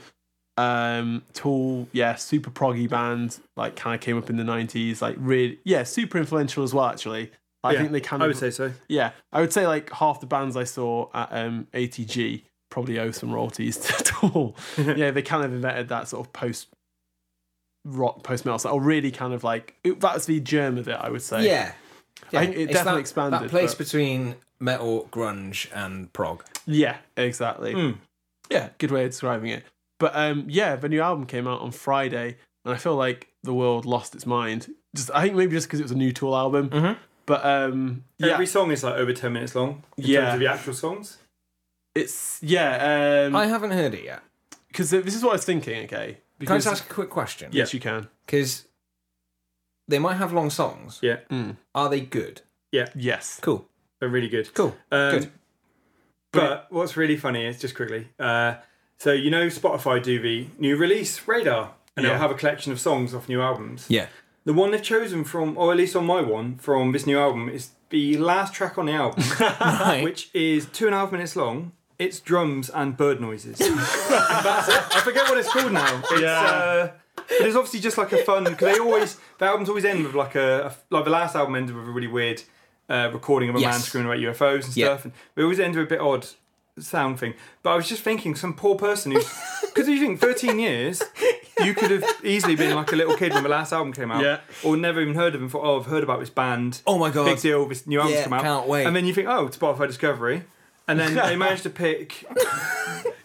E: Um, Tool, yeah, super proggy band, like kind of came up in the 90s, like really, yeah, super influential as well, actually. I
D: Yeah,
E: think they kind
D: I
E: of,
D: would say so.
E: yeah, I would say like half the bands I saw at um, ATG probably owe some royalties to Tool. yeah, they kind of invented that sort of post rock, post metal, or really kind of like, it- that's the germ of it, I would say.
C: Yeah.
E: I think it
C: It's
E: definitely
C: that,
E: expanded,
C: That place
E: but-
C: between metal, grunge, and prog.
E: Yeah, exactly.
D: Mm.
E: Yeah, good way of describing it. But um, yeah, the new album came out on Friday, and I feel like the world lost its mind. Just I think maybe just because it was a new Tool album. But um, yeah,
D: Every song is like over ten minutes long. In
E: Yeah.
D: Terms of the actual songs.
E: it's yeah, um,
C: I haven't heard it yet.
E: because this is what I was thinking. Okay,
C: Can I
E: because
C: just ask a quick question?
E: yes, you can.
C: Because they might have long songs.
D: Yeah.
E: Mm.
C: Are they good?
E: Yes,
C: Cool.
D: They're really good.
C: Cool.
D: Um,
C: Good.
D: But what's really funny is just quickly. Uh, so you know Spotify do the new release radar, and
E: Yeah.
D: they'll have a collection of songs off new albums.
C: Yeah.
D: The one they've chosen from, or at least on my one from this new album, is the last track on the album, which is two and a half minutes long. It's drums and bird noises. That's it. I forget what it's called now. It's,
E: Yeah.
D: uh, but it's obviously just like a fun because they always the albums always end with like a, a- like the last album ended with a really weird uh, recording of a
C: Yes.
D: man screaming about UFOs and
C: Yeah.
D: stuff, and we always end with a bit odd sound thing. But I was just thinking, some poor person who's because you think 13 years, you could have easily been like a little kid when the last album came out,
E: Yeah.
D: or never even heard of them. Thought, oh, I've heard about this band.
C: Oh my God.
D: big deal! This new album's
C: Yeah,
D: come out.
C: can't wait.
D: And then you think, oh, Spotify Discovery. And then they managed to pick.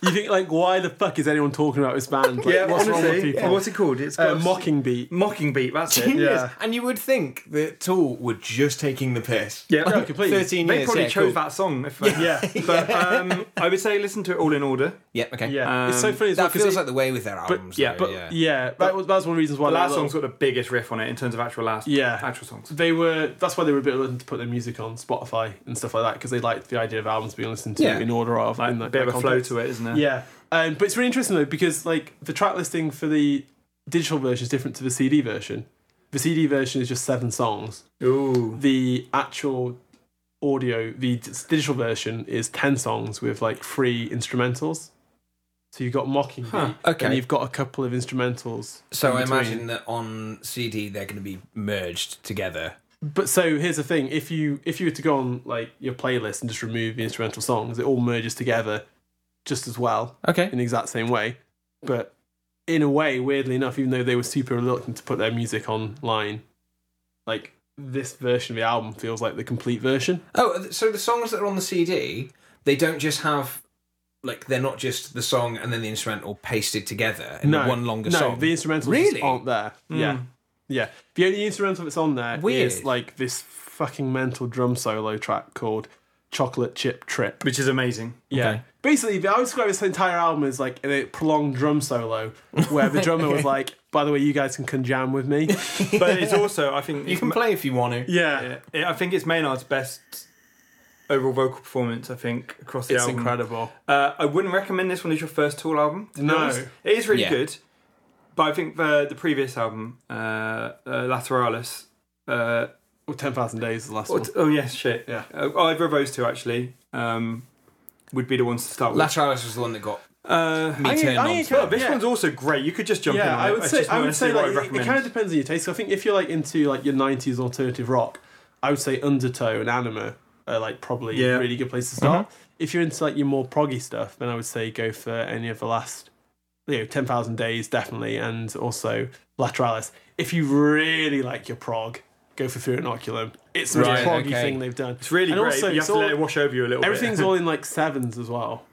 E: you think like, why the fuck is anyone talking about this band? Like,
D: Yeah,
E: what's
D: honestly,
E: wrong with people?
D: yeah, what's it called? It's
E: Uh,
D: got-
E: mocking beat.
D: Mocking Beat. That's it.
E: Yeah.
C: And you would think that Tool were just taking the piss.
D: Yeah,
E: Yeah, completely.
C: 13
D: They
C: years.
D: probably
C: yeah,
D: chose
C: cool.
D: that song. If they,
E: Yeah,
D: But um, I would say listen to it all in order.
C: Yeah, okay. Um,
E: yeah. it's so funny. As well,
C: That
E: 'cause
C: feels
E: it-
C: like the way with their albums.
D: yeah,
C: though,
D: but-
E: yeah, that was that was one of the reasons why
D: The
E: they
D: last
E: were-
D: song's got the biggest riff on it in terms of actual last
E: Yeah.
D: actual songs.
E: They were. That's why they were a bit reluctant to put their music on Spotify and stuff like that because they liked the idea of albums being listened to
C: Yeah.
E: in order of in
D: a
E: that,
D: bit of
E: that
D: a flow
E: context.
D: to it, isn't there?
E: Yeah, um, but it's really interesting though because like the track listing for the digital version is different to the CD version. The CD version is just seven songs.
D: Ooh.
E: The actual audio, the d- digital version is ten songs with like three instrumentals. So you've got mocking,
C: okay.
E: and you've got a couple of instrumentals.
C: So
E: in
C: I
E: between.
C: imagine that on CD they're going to be merged together.
E: But so here's the thing: if you if you were to go on like your playlist and just remove the instrumental songs, it all merges together, just as well
C: Okay.
E: in the exact same way. But in a way, weirdly enough, even though they were super reluctant to put their music online, like this version of the album feels like the complete version.
C: Oh, th- so the songs that are on the CD, they don't just have like they're not just the song and then the instrumental pasted together in one longer
E: no,
C: song.
E: the instrumentals just
C: Really? Hmm.
E: aren't there. Yeah, yeah. The only instrumental that's on there is
C: Weird.
E: like this fucking mental drum solo track called "Chocolate Chip Trip."
D: Which is amazing.
E: Yeah.
C: Okay.
E: Basically, I would describe this entire album as like a prolonged drum solo where the drummer was like, by the way, you guys can come jam with me.
D: But it's also, I think,
C: you can play if you want to.
E: Yeah.
D: I think it's Maynard's best overall vocal performance. I think across the
E: It's
D: album.
E: incredible.
D: Uh, I wouldn't recommend this one as your first Tool album. to be
E: No.
D: honest. it is really
C: Yeah.
D: good, but I think the the previous album, uh, uh, Lateralis. Uh,
E: Well, 10,000 Days is the last
D: oh,
E: one.
D: t- oh yes, shit.
E: Yeah.
D: Uh, either of those two actually um, would be the ones to start with.
C: Lateralis was the one that got
D: Uh,
C: me
E: I-
C: turned
E: I-
C: on.
E: well,
C: to it.
D: this
E: Yeah.
D: one's also great. You could just jump in.
E: yeah,
D: On
E: I
D: it.
E: would
D: It's
E: say
D: just
E: I
D: not
E: would say
D: necessarily what
E: like
D: I'd
E: it, it
D: recommend.
E: kind of depends on your taste. I think if you're like into like your 90s alternative rock, I would say Undertow and Anima are like probably
D: Yeah. Mm-hmm.
E: a really good place to start. If you're into like your more proggy stuff, then I would say go for any of the last you know 10,000 Days definitely and also Lateralis. If you really like your prog, go for Fear Inoculum. It's the
C: Right,
E: most proggy
C: okay.
E: thing they've done.
D: It's really
E: and
D: great.
E: Also,
D: but you
E: it's
D: have to
E: all-
D: let it wash over you a little
E: everything's
D: bit.
E: all in like sevens as well.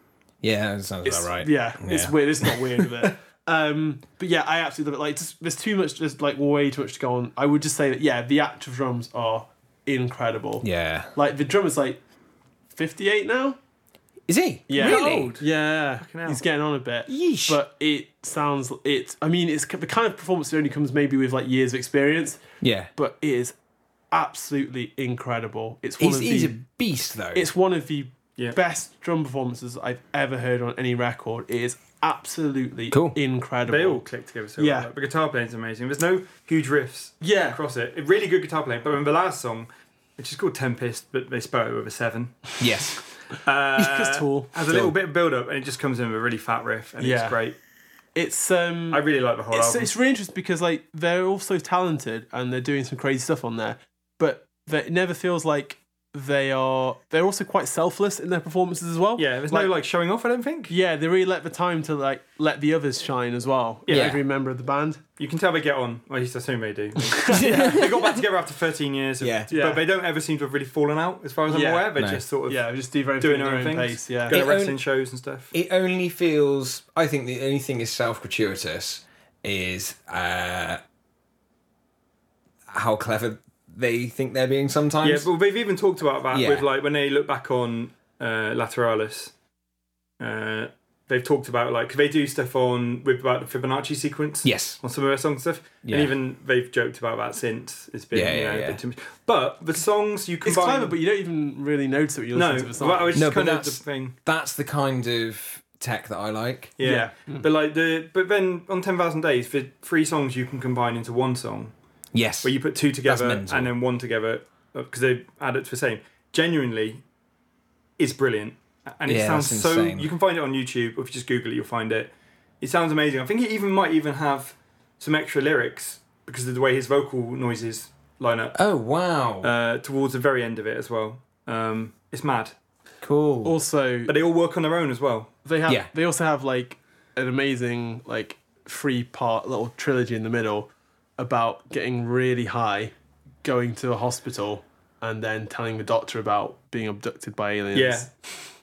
C: Yeah, that sounds about right.
E: Yeah, it's
C: Yeah.
E: weird. It's not weird, but um, but yeah, I absolutely love it. Like, just, there's too much. There's like way too much to go on. I would just say that yeah, the active drums are incredible.
C: Yeah.
E: like the drummer's like 58 now.
C: Is he?
E: Yeah,
C: Really?
E: Yeah,
D: hell.
E: he's getting on a bit.
C: Yeesh.
E: But it sounds it. I mean, it's the kind of performance that only comes maybe with like years of experience.
C: Yeah.
E: But it is absolutely incredible. It's one
C: He's,
E: of the,
C: he's a beast though.
E: it's one of the
D: Yeah.
E: best drum performances I've ever heard on any record. It is absolutely
C: Cool.
E: incredible.
D: They all click together. So
E: Yeah.
D: well. the guitar playing's amazing. There's no huge riffs
E: Yeah.
D: across it. A really good guitar playing. But in the last song, which is called Tempest, but they spell it with a seven, Uh,
C: yes.
E: Because Tool.
D: has a little bit of build up, and it just comes in with a really fat riff, and
E: Yeah.
D: it's great.
E: It's um
D: I really like the whole
E: it's,
D: album.
E: it's really interesting because like they're all so talented and they're doing some crazy stuff on there, but that it never feels like they are they're also quite selfless in their performances as well.
D: yeah, there's no like showing off. I don't think
E: Yeah, they really let the time to like let the others shine as well. Yeah.
D: Yeah.
E: Every member of the band.
D: you can tell they get on. Well, at least I assume they do. They got back together after 13 years. Of,
C: Yeah.
E: Yeah.
D: but they don't ever seem to have really fallen out, as far as I'm
E: Yeah.
D: aware. They
C: No.
D: just sort of
E: Yeah, just do very
D: doing
E: doing their own
D: things,
E: pace.
D: going
E: Yeah.
C: It
D: to
C: only-
D: wrestling shows and stuff.
C: It only feels. I think the only thing is self gratuitous is uh, how clever they think they're being sometimes.
D: Yeah, well, they've even talked about that
C: Yeah.
D: with like when they look back on uh, Lateralis, uh, they've talked about like 'cause they do stuff on with about the Fibonacci sequence.
C: Yes.
D: on some of their songs and stuff,
C: Yeah.
D: and even they've joked about that since it's been
C: Yeah,
D: you
C: yeah,
D: know, a
C: yeah.
D: bit too much. But the songs you combine,
E: It's clever, but you don't even really notice it when you listen
D: no,
E: to the song.
D: but I was
C: No,
D: just
C: but
D: kind of the
C: that's-
D: thing.
C: That's the kind of tech that I like.
D: Yeah.
E: Mm.
D: But like the but then on Ten Thousand Days, for three songs you can combine into one song,
C: Yes.
D: where you put two together
C: mental.
D: and then one together because they add it to the same. Genuinely, it's brilliant, and it
C: Yeah,
D: sounds
C: that's
D: so.
C: insane.
D: You can find it on YouTube. Or if you just Google it, you'll find it. It sounds amazing. I think it even might even have some extra lyrics because of the way his vocal noises line up
C: oh wow.
D: uh, towards the very end of it as well. Um, it's mad,
C: cool.
E: also,
D: but they all work on their own as well.
E: they have
C: Yeah.
E: they also have like an amazing like three part little trilogy in the middle about getting really high, going to a hospital, and then telling the doctor about being abducted by aliens.
D: Yeah,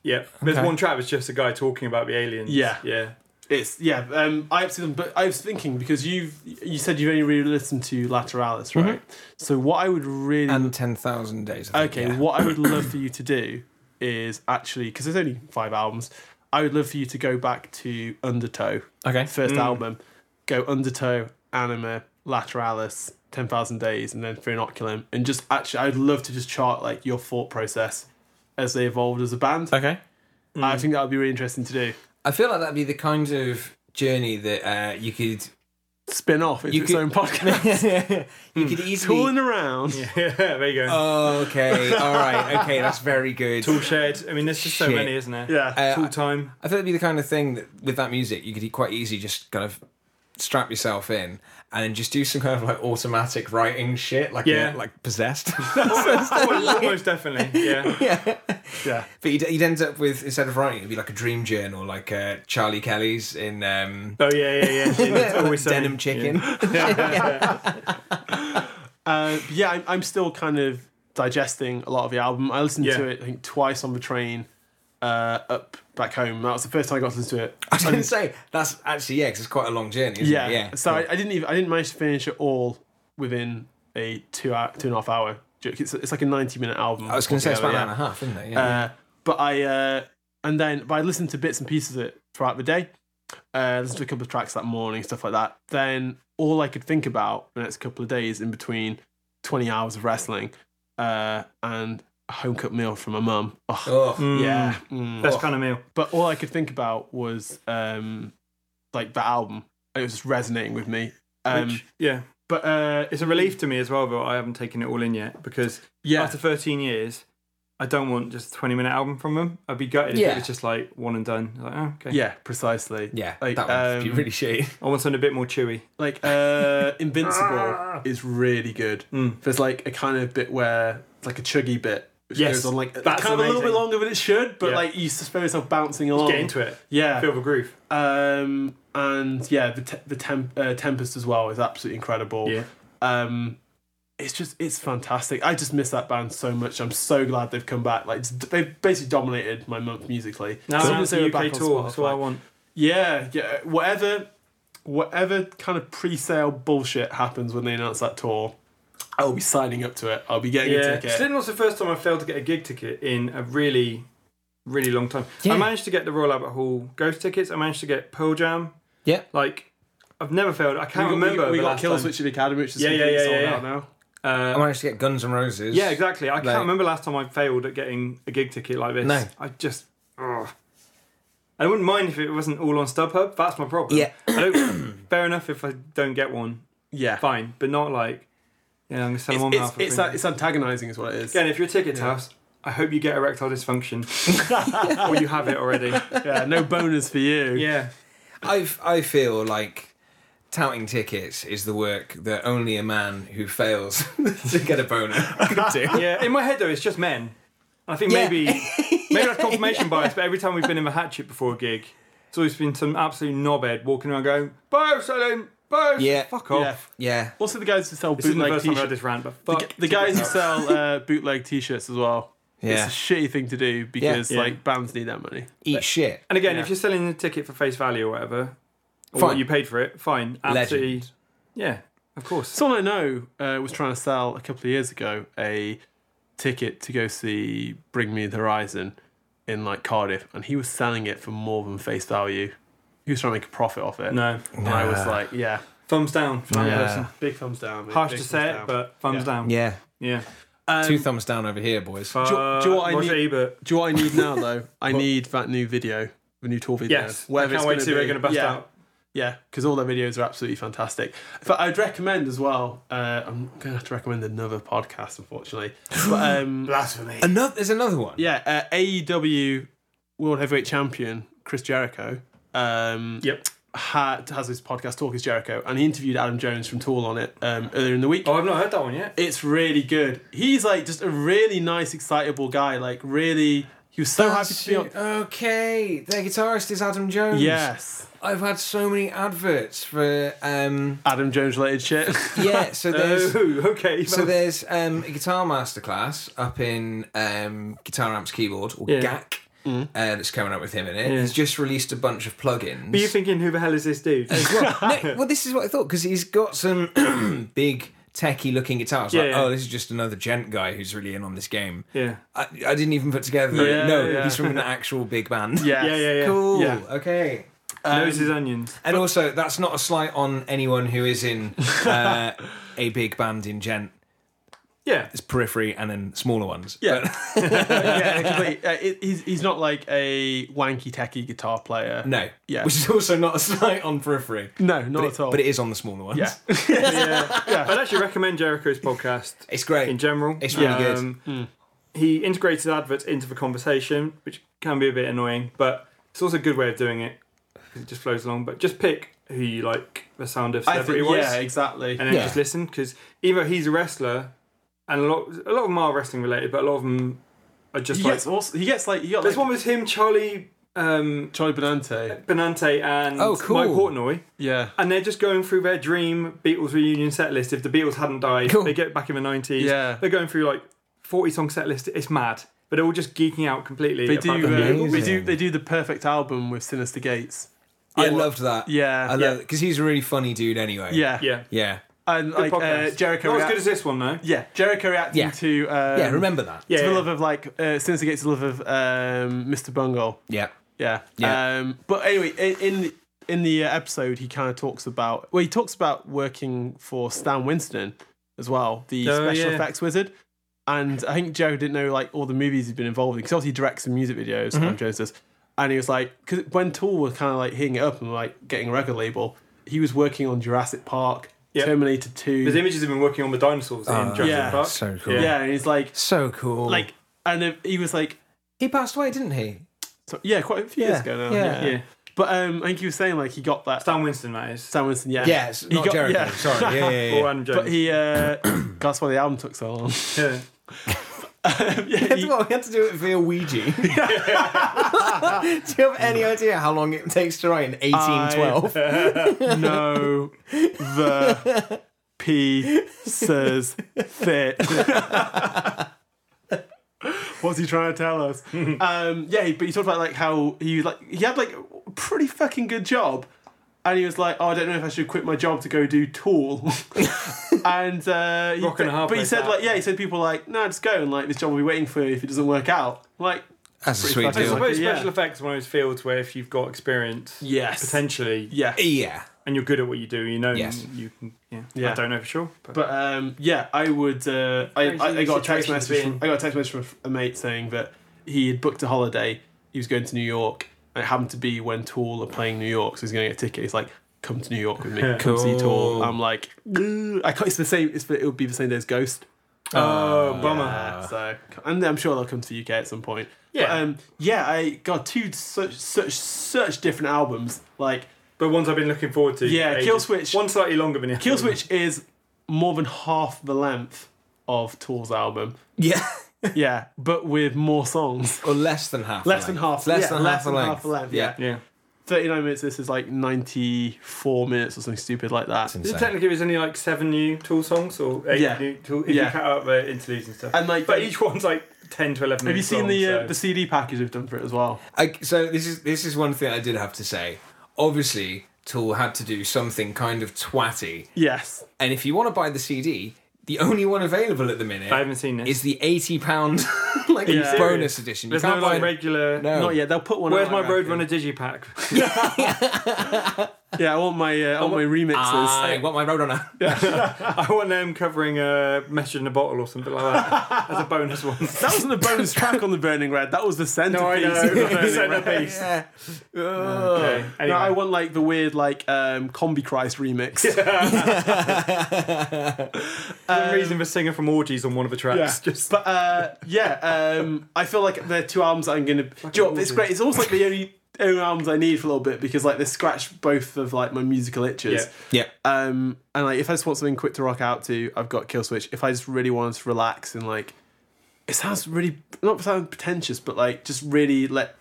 D: yeah. There's
C: Okay.
D: one track that's just a guy talking about the aliens.
E: Yeah.
D: yeah.
E: It's yeah. Um, I have seen them, but I was thinking because you've you said you've only really listened to Lateralis, right? So what I would really
C: Mm-hmm. and ten thousand days. I think,
E: okay,
C: yeah.
E: what I would love for you to do is actually because there's only five albums. I would love for you to go back to Undertow,
C: Okay.
E: first album, go Undertow, Anima, Lateralis, Ten Thousand Days, and then Through Inoculum, and just actually, I'd love to just chart like your thought process as they evolved as a band.
C: Okay.
E: I think that would be really interesting to do.
C: I feel like that'd be the kind of journey that uh, you could
E: Spin off into
C: You
E: its
C: could-
E: own podcast.
C: you
D: Hmm.
C: could easily.
E: tooling around.
D: Yeah, there you go.
C: Oh, okay. All right. Okay, that's very good.
D: Tool shed. I mean, there's just so
C: Shit.
D: many, isn't there?
E: Yeah.
C: Uh,
D: Tool time.
C: I think it'd be the kind of thing that with that music you could e- quite easily just kind of strap yourself in and then just do some kind of like automatic writing shit, like
D: Yeah.
C: uh, like possessed.
D: Almost, almost definitely. Yeah.
C: yeah.
E: Oh, Yeah.
C: But you'd, you'd end up with instead of writing, it'd be like a dream journal, like uh, Charlie Kelly's in um,
D: Oh yeah, yeah, yeah. It's always um,
C: Denim
D: sunny.
C: Chicken.
E: Uh, but yeah, I'm, I'm still kind of digesting a lot of the album. I listened
D: Yeah.
E: to it, I think, twice on the train uh, up back home. That was the first time I got to listen to it.
C: I was going to say that's actually yeah, 'cause it's quite a long journey. Isn't
E: Yeah.
C: it? yeah.
E: So I, I didn't even I didn't manage to finish it all within a two hour two and a half hour. joke. It's it's like a ninety minute album.
C: I was going to say it's about an hour and
E: altogether,
C: a half, isn't it?
E: yeah.
C: Yeah.
E: Uh, but I uh, and then but I listened to bits and pieces of it throughout the day. Uh, listened to a couple of tracks that morning, stuff like that. Then all I could think about the next couple of days in between twenty hours of wrestling uh, and a home cooked meal from my mum. Oh,
C: oh,
E: Yeah. Mm
D: Best kind of meal.
E: but all I could think about was um like that album. It was resonating with me. Um
D: Which, yeah,
E: but uh
D: it's a relief to me as well that I haven't taken it all in yet because
E: yeah.
D: after 13 years, I don't want just a 20 minute album from them. I'd be gutted if
C: Yeah.
D: it was just like one and done. Like, oh, okay.
E: yeah, precisely.
C: yeah.
E: Like,
C: that would be
E: um,
C: really shitty.
D: I want something a bit more chewy.
E: Like uh
D: Ah!
E: Invincible is really good.
D: Hmm.
E: There's like a kind of bit where it's like a chuggy bit. Which
D: Yes,
E: goes on like kind
D: that's
E: of a little
D: amazing.
E: bit longer than it should, but
D: Yeah.
E: like you spare yourself bouncing along.
D: Get into it.
E: Yeah.
D: Feel the groove.
E: Um, and yeah, the te- the temp- uh, Tempest as well is absolutely incredible.
D: Yeah.
E: Um, it's just it's fantastic. I just miss that band so much. I'm so glad they've come back. Like it's- they've basically dominated my month musically.
D: Now
E: Soon
D: I'm
E: as
D: the
E: they were
D: UK
E: back on
D: tour. That's what I
E: Spotify-
D: want.
E: Yeah, yeah. Whatever, whatever kind of pre-sale bullshit happens when they announce that tour, I'll be signing up to it. I'll be getting a
D: Yeah.
E: ticket.
D: Slidden was the first time I failed to get a gig ticket in a really, really long time.
C: Yeah.
D: I managed to get the Royal Albert Hall Ghost tickets. I managed to get Pearl Jam.
C: Yeah.
D: Like, I've never failed. I
E: we
D: can't
E: got,
D: remember.
E: we,
D: the
E: got
D: last
E: Killswitch
D: time.
E: at the Academy, which is
D: Yeah, yeah,
E: completely
D: yeah,
E: sold
D: yeah,
E: out now.
C: I managed to get Guns N' Roses.
D: Yeah, exactly. I
C: Like-
D: can't remember last time I failed at getting a gig ticket like this.
C: No.
D: I just. ugh. I wouldn't mind if it wasn't all on StubHub. That's my problem.
C: Yeah.
D: I don't, fair enough if I don't get one.
E: Yeah,
D: Fine. But not like, yeah, I'm going to sell
E: It's,
D: them on
E: it's,
D: half a
E: it's,
D: finger.
E: it's antagonising, is what it is.
D: Again, if you're a ticket house, I hope you get erectile dysfunction. or you have it already.
E: Yeah, no bonus for you.
D: Yeah.
C: I've I feel like touting tickets is the work that only a man who fails to get a boner could do.
D: Yeah. In my head, though, it's just men. I think
C: Yeah.
D: maybe maybe that's confirmation bias, but every time we've been in the hatchet before a gig, it's always been some absolute knobhead walking around going, Bo, Salim, Bo,
C: Yeah.
D: fuck off.
E: Yeah.
C: Yeah.
E: Also, the guys who sell
D: This isn't the
E: bootleg
D: first time I've had
E: t-shirts.
D: this rant, but
E: The,
D: fuck.
E: g- the guys who sell uh, bootleg t-shirts as well.
C: Yeah.
E: It's a shitty thing to do because
D: Yeah.
E: like bands need that money.
C: Eat shit.
D: And again, if you're selling a ticket for face value or whatever, or what
C: Fine.
D: you paid for it, fine. Absolutely.
C: Legend.
D: Yeah, of course.
E: Someone I know uh, was trying to sell a couple of years ago a ticket to go see Bring Me the Horizon in like Cardiff, and he was selling it for more than face value. He was trying to make a profit off it.
D: No.
E: and I was like, yeah,
D: Thumbs down from that
E: yeah.
D: person.
E: big thumbs down. mate,
D: Harsh
E: big
D: to
E: thumbs
D: say it,
E: down.
D: but thumbs
E: Yeah.
D: down.
C: Yeah.
D: Yeah.
C: Two thumbs down over here, boys.
E: Do you- do you know what I
D: Roger
E: need-
D: Ebert.
E: um, Do you know what I need now though? I need that new video, the new tour video.
D: Yes. I
E: Whether
D: can't
E: it's
D: wait to see
E: gonna
D: what you're
E: be-
D: going to bust
E: yeah,
D: out.
E: Yeah, because all their videos are absolutely fantastic. In fact, I'd recommend as well. Uh, I'm going to have to recommend another podcast, unfortunately. But um,
D: Blasphemy.
C: Another, there's another one.
E: yeah, uh, AEW World Heavyweight Champion Chris Jericho. Um,
D: Yep.
E: Had, has his podcast Talk is Jericho, and he interviewed Adam Jones from Tool on it um, earlier in the week.
D: Oh, I've not heard that one yet.
E: It's really good. He's like just a really nice, excitable guy. Like really, he was so happy to be on.
C: Okay, their guitarist is Adam Jones.
E: Yes.
C: I've had so many adverts for um
E: Adam Jones related shit.
C: yeah, so there's
D: Oh, okay.
C: so there's um a guitar masterclass up in um Guitar Amps Keyboard or
D: Yeah.
C: GAC
E: Mm.
C: uh, that's coming up with him in it. He's just released a bunch of plugins.
D: Are you thinking, who the hell is this dude?
C: well, no, well, this is what I thought because he's got some big techie looking guitars. like,
D: Yeah, yeah.
C: oh, this is just another gent guy who's really in on this game.
D: Yeah.
C: I, I didn't even put together. that-
E: Yeah,
C: no,
E: yeah.
C: he's from an actual big band.
E: Yes.
D: Yeah, yeah, yeah.
C: Cool. Um,
E: Yeah.
C: Okay.
D: Noses, onions.
C: And also, that's not a slight on anyone who is in uh, a big band in gent.
D: Yeah.
C: It's periphery and then smaller ones.
E: Yeah, yeah. Completely. Uh, it, he's he's not like a wanky techie guitar player.
C: No.
E: Yeah.
C: Which is also not a slight on periphery.
E: no, not
C: but
E: at
C: it,
E: all.
C: But it is on the smaller ones.
E: yeah,
D: I'd actually recommend Jericho's podcast
C: It's great.
D: in general. um,
C: It's really good. Hmm.
D: He integrated adverts into the conversation, which can be a bit annoying, but it's also a good way of doing it 'cause it just flows along. But just pick who you like the sound of
E: I
D: celebrity
E: think,
D: was,
E: yeah, exactly.
D: and then
C: Yeah.
D: just listen because either he's a wrestler, and a lot a lot of them are wrestling related, but a lot of them are just
E: he
D: like.
E: gets also he gets like he got
D: This
E: like
D: one was him, Charlie um,
E: Charlie Benante.
D: Benante, and
C: Oh, cool.
D: Mike Portnoy.
E: Yeah,
D: And they're just going through their dream Beatles reunion set list. If the Beatles hadn't died,
C: Cool.
D: they get back in the nineties.
E: Yeah.
D: they're going through like forty song set list. It's mad, but they're all just geeking out completely.
E: they do.
D: about the
E: Uh,
D: Beatles.
E: they do. They do the perfect album with Sinister Gates.
C: I loved that.
E: Yeah.
C: I
E: Yeah.
C: love Because he's a really funny dude anyway.
E: Yeah,
D: yeah,
C: Yeah.
E: and like uh,
D: Podcast.
E: Jericho.
D: Not as
E: react-
D: good as this one though.
E: yeah, Jericho reacting
C: Yeah.
E: to um,
C: Yeah, remember that.
D: Yeah,
E: to the
D: yeah.
E: love of like uh, Sinister Gates' love of um, Mr. Bungle.
C: Yeah.
E: Yeah.
C: Yeah.
E: Um, but anyway, i- in in the uh, episode, he kind of talks about well, he talks about working for Stan Winston as well, the
D: Oh,
E: special
D: yeah.
E: effects wizard. And I think Joe didn't know like all the movies he's been involved in because obviously he directs some music videos. Sam Jones does, and he was like, because when Tool was kind of like hitting it up and like getting a record label, he was working on Jurassic Park,
D: Yep.
E: Terminator Two.
D: There's images of him working on the dinosaurs in Jurassic
E: yeah.
D: Park.
C: Ah, So cool.
D: Yeah.
E: yeah, and he's like,
C: So cool.
E: like, and uh, he was like,
C: he passed away, didn't he?
E: so, yeah, quite a few years ago now.
C: yeah.
E: Yeah.
D: yeah.
E: But um, I think he was saying like he got that
D: Stan Winston, that is.
E: Stan Winston, yeah.
C: Yes,
E: He
C: not
E: got-
C: Jericho.
E: yeah.
C: Sorry. Yeah, yeah,
D: Or
C: yeah.
D: Adam Jones.
E: But he, uh, that's why the album took so long.
D: yeah.
E: yeah, he-
C: well, we had to do it via Ouija. do you have any idea how long it takes to write in 1812?
E: no, the P says fit. What's he trying to tell us? um, yeah, he- but he talked about like how he like he had like a pretty fucking good job, and he was like, oh, I don't know if I should quit my job to go do Tool. and uh, he,
D: Rock and a hard
E: but he
D: place
E: said
D: that.
E: like yeah, he said people were like no, just go and like this job will be waiting for you if it doesn't work out. Like
C: That's a
E: Pretty
C: sweet
E: fucking
D: I
C: deal.
E: sweet.
D: suppose
E: Yeah.
D: special effects is one of those fields where if you've got experience,
E: yes,
D: potentially,
E: yeah,
C: Yeah.
D: and you're good at what you do, you know,
C: Yes.
D: you can. Yeah.
E: Yeah.
D: I don't know for sure, but,
E: But um, yeah, I would. Uh, I, I, I got a
D: Situation to
E: text
D: be
E: message. From,
D: in.
E: I got a text message from a mate saying that he had booked a holiday. He was going to New York, and it happened to be when Tool are playing New York, so he's going to get a ticket. He's like, "Come to New York with me. Come see Tool." I'm like, "Ugh." I can't, "It's the same. It's, it would be the same day as Ghost."
D: oh, bummer.
E: so, and I'm sure they'll come to the UK at some point.
D: Yeah.
E: But, um, yeah. I got two such such such different albums. Like
D: But ones I've been looking forward to.
E: Yeah,
D: for ages.
E: Killswitch-
D: One slightly longer than the other.
E: Killswitch is more than half the length of Tool's album.
C: Yeah.
E: Yeah, but with more songs.
C: or less than half.
E: Less
C: the
E: than
C: length.
E: half.
C: Less
E: yeah,
C: than
E: less
C: half the
E: than
C: length.
E: half the length, yeah.
D: Yeah.
E: 39 minutes, this is like 94 minutes or something stupid like that.
D: So technically, there's only like seven new Tool songs or eight
E: Yeah.
D: new Tool. If
E: Yeah.
D: you cut out the interludes and stuff.
E: And, like,
D: but
E: they-
D: each one's like ten to eleven.
E: Have you
D: minutes
E: seen
D: long,
E: the uh,
D: so-
E: the CD package they've done for it as well?
C: I, so this is this is one thing I did have to say. Obviously, Tool had to do something kind of twatty,
E: Yes.
C: and if you want to buy the CD, The only one available at the minute
D: I haven't seen this.
C: is the eighty pound like
E: Yeah.
C: bonus edition. You
D: There's no
C: can't buy
D: like
C: it.
D: regular.
C: No.
E: Not yet. They'll put one.
D: Where's
E: out,
D: my
E: I reckon.
D: Roadrunner Digipack?
E: Yeah, I want my uh, I want my remixes.
C: Ah, I want my Roadrunner.
D: I want them covering a message in a bottle or something like that as a bonus one.
E: that wasn't the bonus track on the Burning Red. That was the centerpiece. of the Burning Red.
D: Centerpiece.
C: Yeah.
D: Okay.
E: No,
D: Anyway,
E: I want like the weird like um, Combi Christ remix.
D: one reason for singer from Orgies on one of the tracks. Just
E: um, But uh, yeah, um, I feel like they're two albums I'm gonna. Do you know what, it's great. It's almost like the only only albums I need for a little bit because like they scratch both of like my musical itches.
C: Yeah.
E: Um, and like if I just want something quick to rock out to, I've got Killswitch. If I just really wanted to relax and like, it sounds really not sound pretentious, but like just really let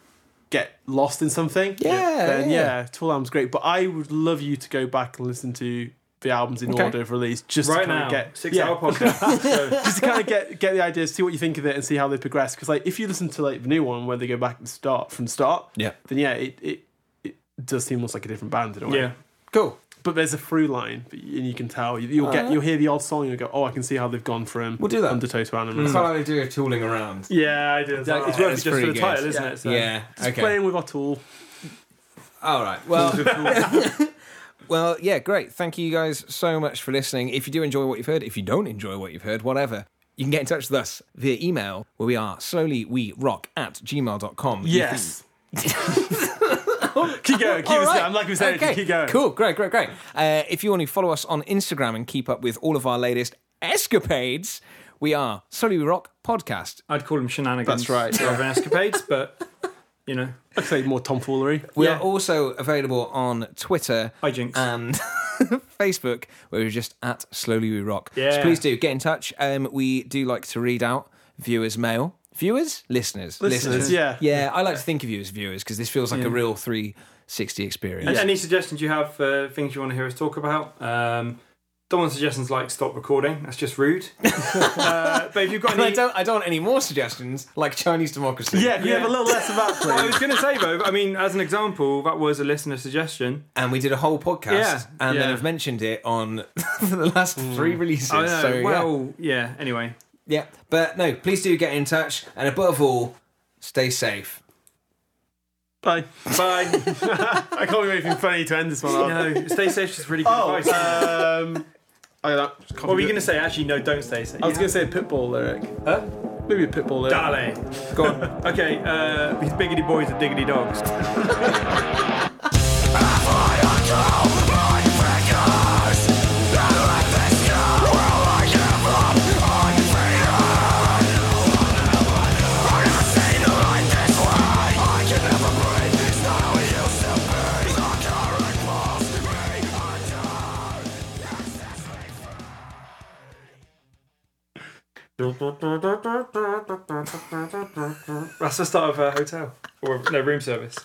E: get lost in something.
C: Yeah,
E: Then
C: yeah.
E: yeah, Tool album's great. But I would love you to go back and listen to the albums in
C: Okay.
E: order of release just to
D: right
E: kind
D: now,
E: of get
D: six
E: yeah,
D: hour podcast. So,
E: just to kind of get get the ideas, see what you think of it, and see how they progress. Because like if you listen to like the new one where they go back and start from the start,
C: Yeah.
E: then yeah, it it, it does seem almost like a different band in a way.
D: yeah.
C: Cool.
E: But there's a through line, but you- and you can tell. You- You'll get you'll hear the odd song, and you'll go, oh, I can see how they've gone from
C: Uh-huh. We'll do that.
E: Undertow to Animal.
C: That's how they do a tooling around.
D: Yeah, I did.
E: That-
D: it's
E: yeah,
D: worth
C: that's
D: it just for
C: pretty
D: the
C: good.
D: title, isn't
E: Yeah.
D: it? So.
C: Yeah. Okay.
E: Playing with our tool.
C: All right. Well, well, yeah, great. Thank you guys so much for listening. If you do enjoy what you've heard, if you don't enjoy what you've heard, whatever, you can get in touch with us via email where we are slowly we rock at gmail.com.
E: Yes. keep going. Keep
C: All right.
E: I'm like we said.
C: Okay.
E: Keep going.
C: Cool, great, great, great. Uh, if you want to follow us on Instagram and keep up with all of our latest escapades, we are Slowly We Rock Podcast.
D: I'd call them shenanigans.
E: That's right,
D: Rather than escapades, but you know,
E: I'd say more tomfoolery.
C: We
D: Yeah.
C: are also available on Twitter
D: hijinks.
C: and Facebook, where we're just at Slowly We Rock. So
D: Yeah.
C: please do get in touch. Um, we do like to read out viewers' mail. Viewers? Listeners.
E: Listeners, yeah.
C: Yeah, I like to think of you as viewers because this feels like a real 360 experience.
D: And Any suggestions you have for things you want to hear us talk about? Um, don't want suggestions like stop recording. That's just rude. uh, but if you've got
C: And I
D: any,
C: don't, I don't want any more suggestions like Chinese democracy.
E: Yeah, can we have
D: Yeah.
E: a little less of that,
D: I
E: please?
D: was going to say though. I mean, as an example, that was a listener suggestion.
C: And we did a whole podcast
D: Yeah,
C: and then
D: yeah. Mm.
C: I've mentioned it on for the last three releases.
D: I know.
C: So, yeah.
D: Uh, well, yeah. Anyway,
C: yeah. But no, please do get in touch. And above all, stay safe.
E: Bye.
D: bye.
E: I can't be anything funny to end this one on.
D: no, stay safe. Is really good
E: Oh,
D: advice.
E: um, I got that.
D: what were you going to say? Actually, no. Don't stay safe.
E: I was going to say Pitbull lyric.
D: Huh?
E: Maybe a Pitbull lyric.
D: Dale. Go on. okay. Uh, these biggity boys are diggity dogs. That's the start of a hotel or no room service.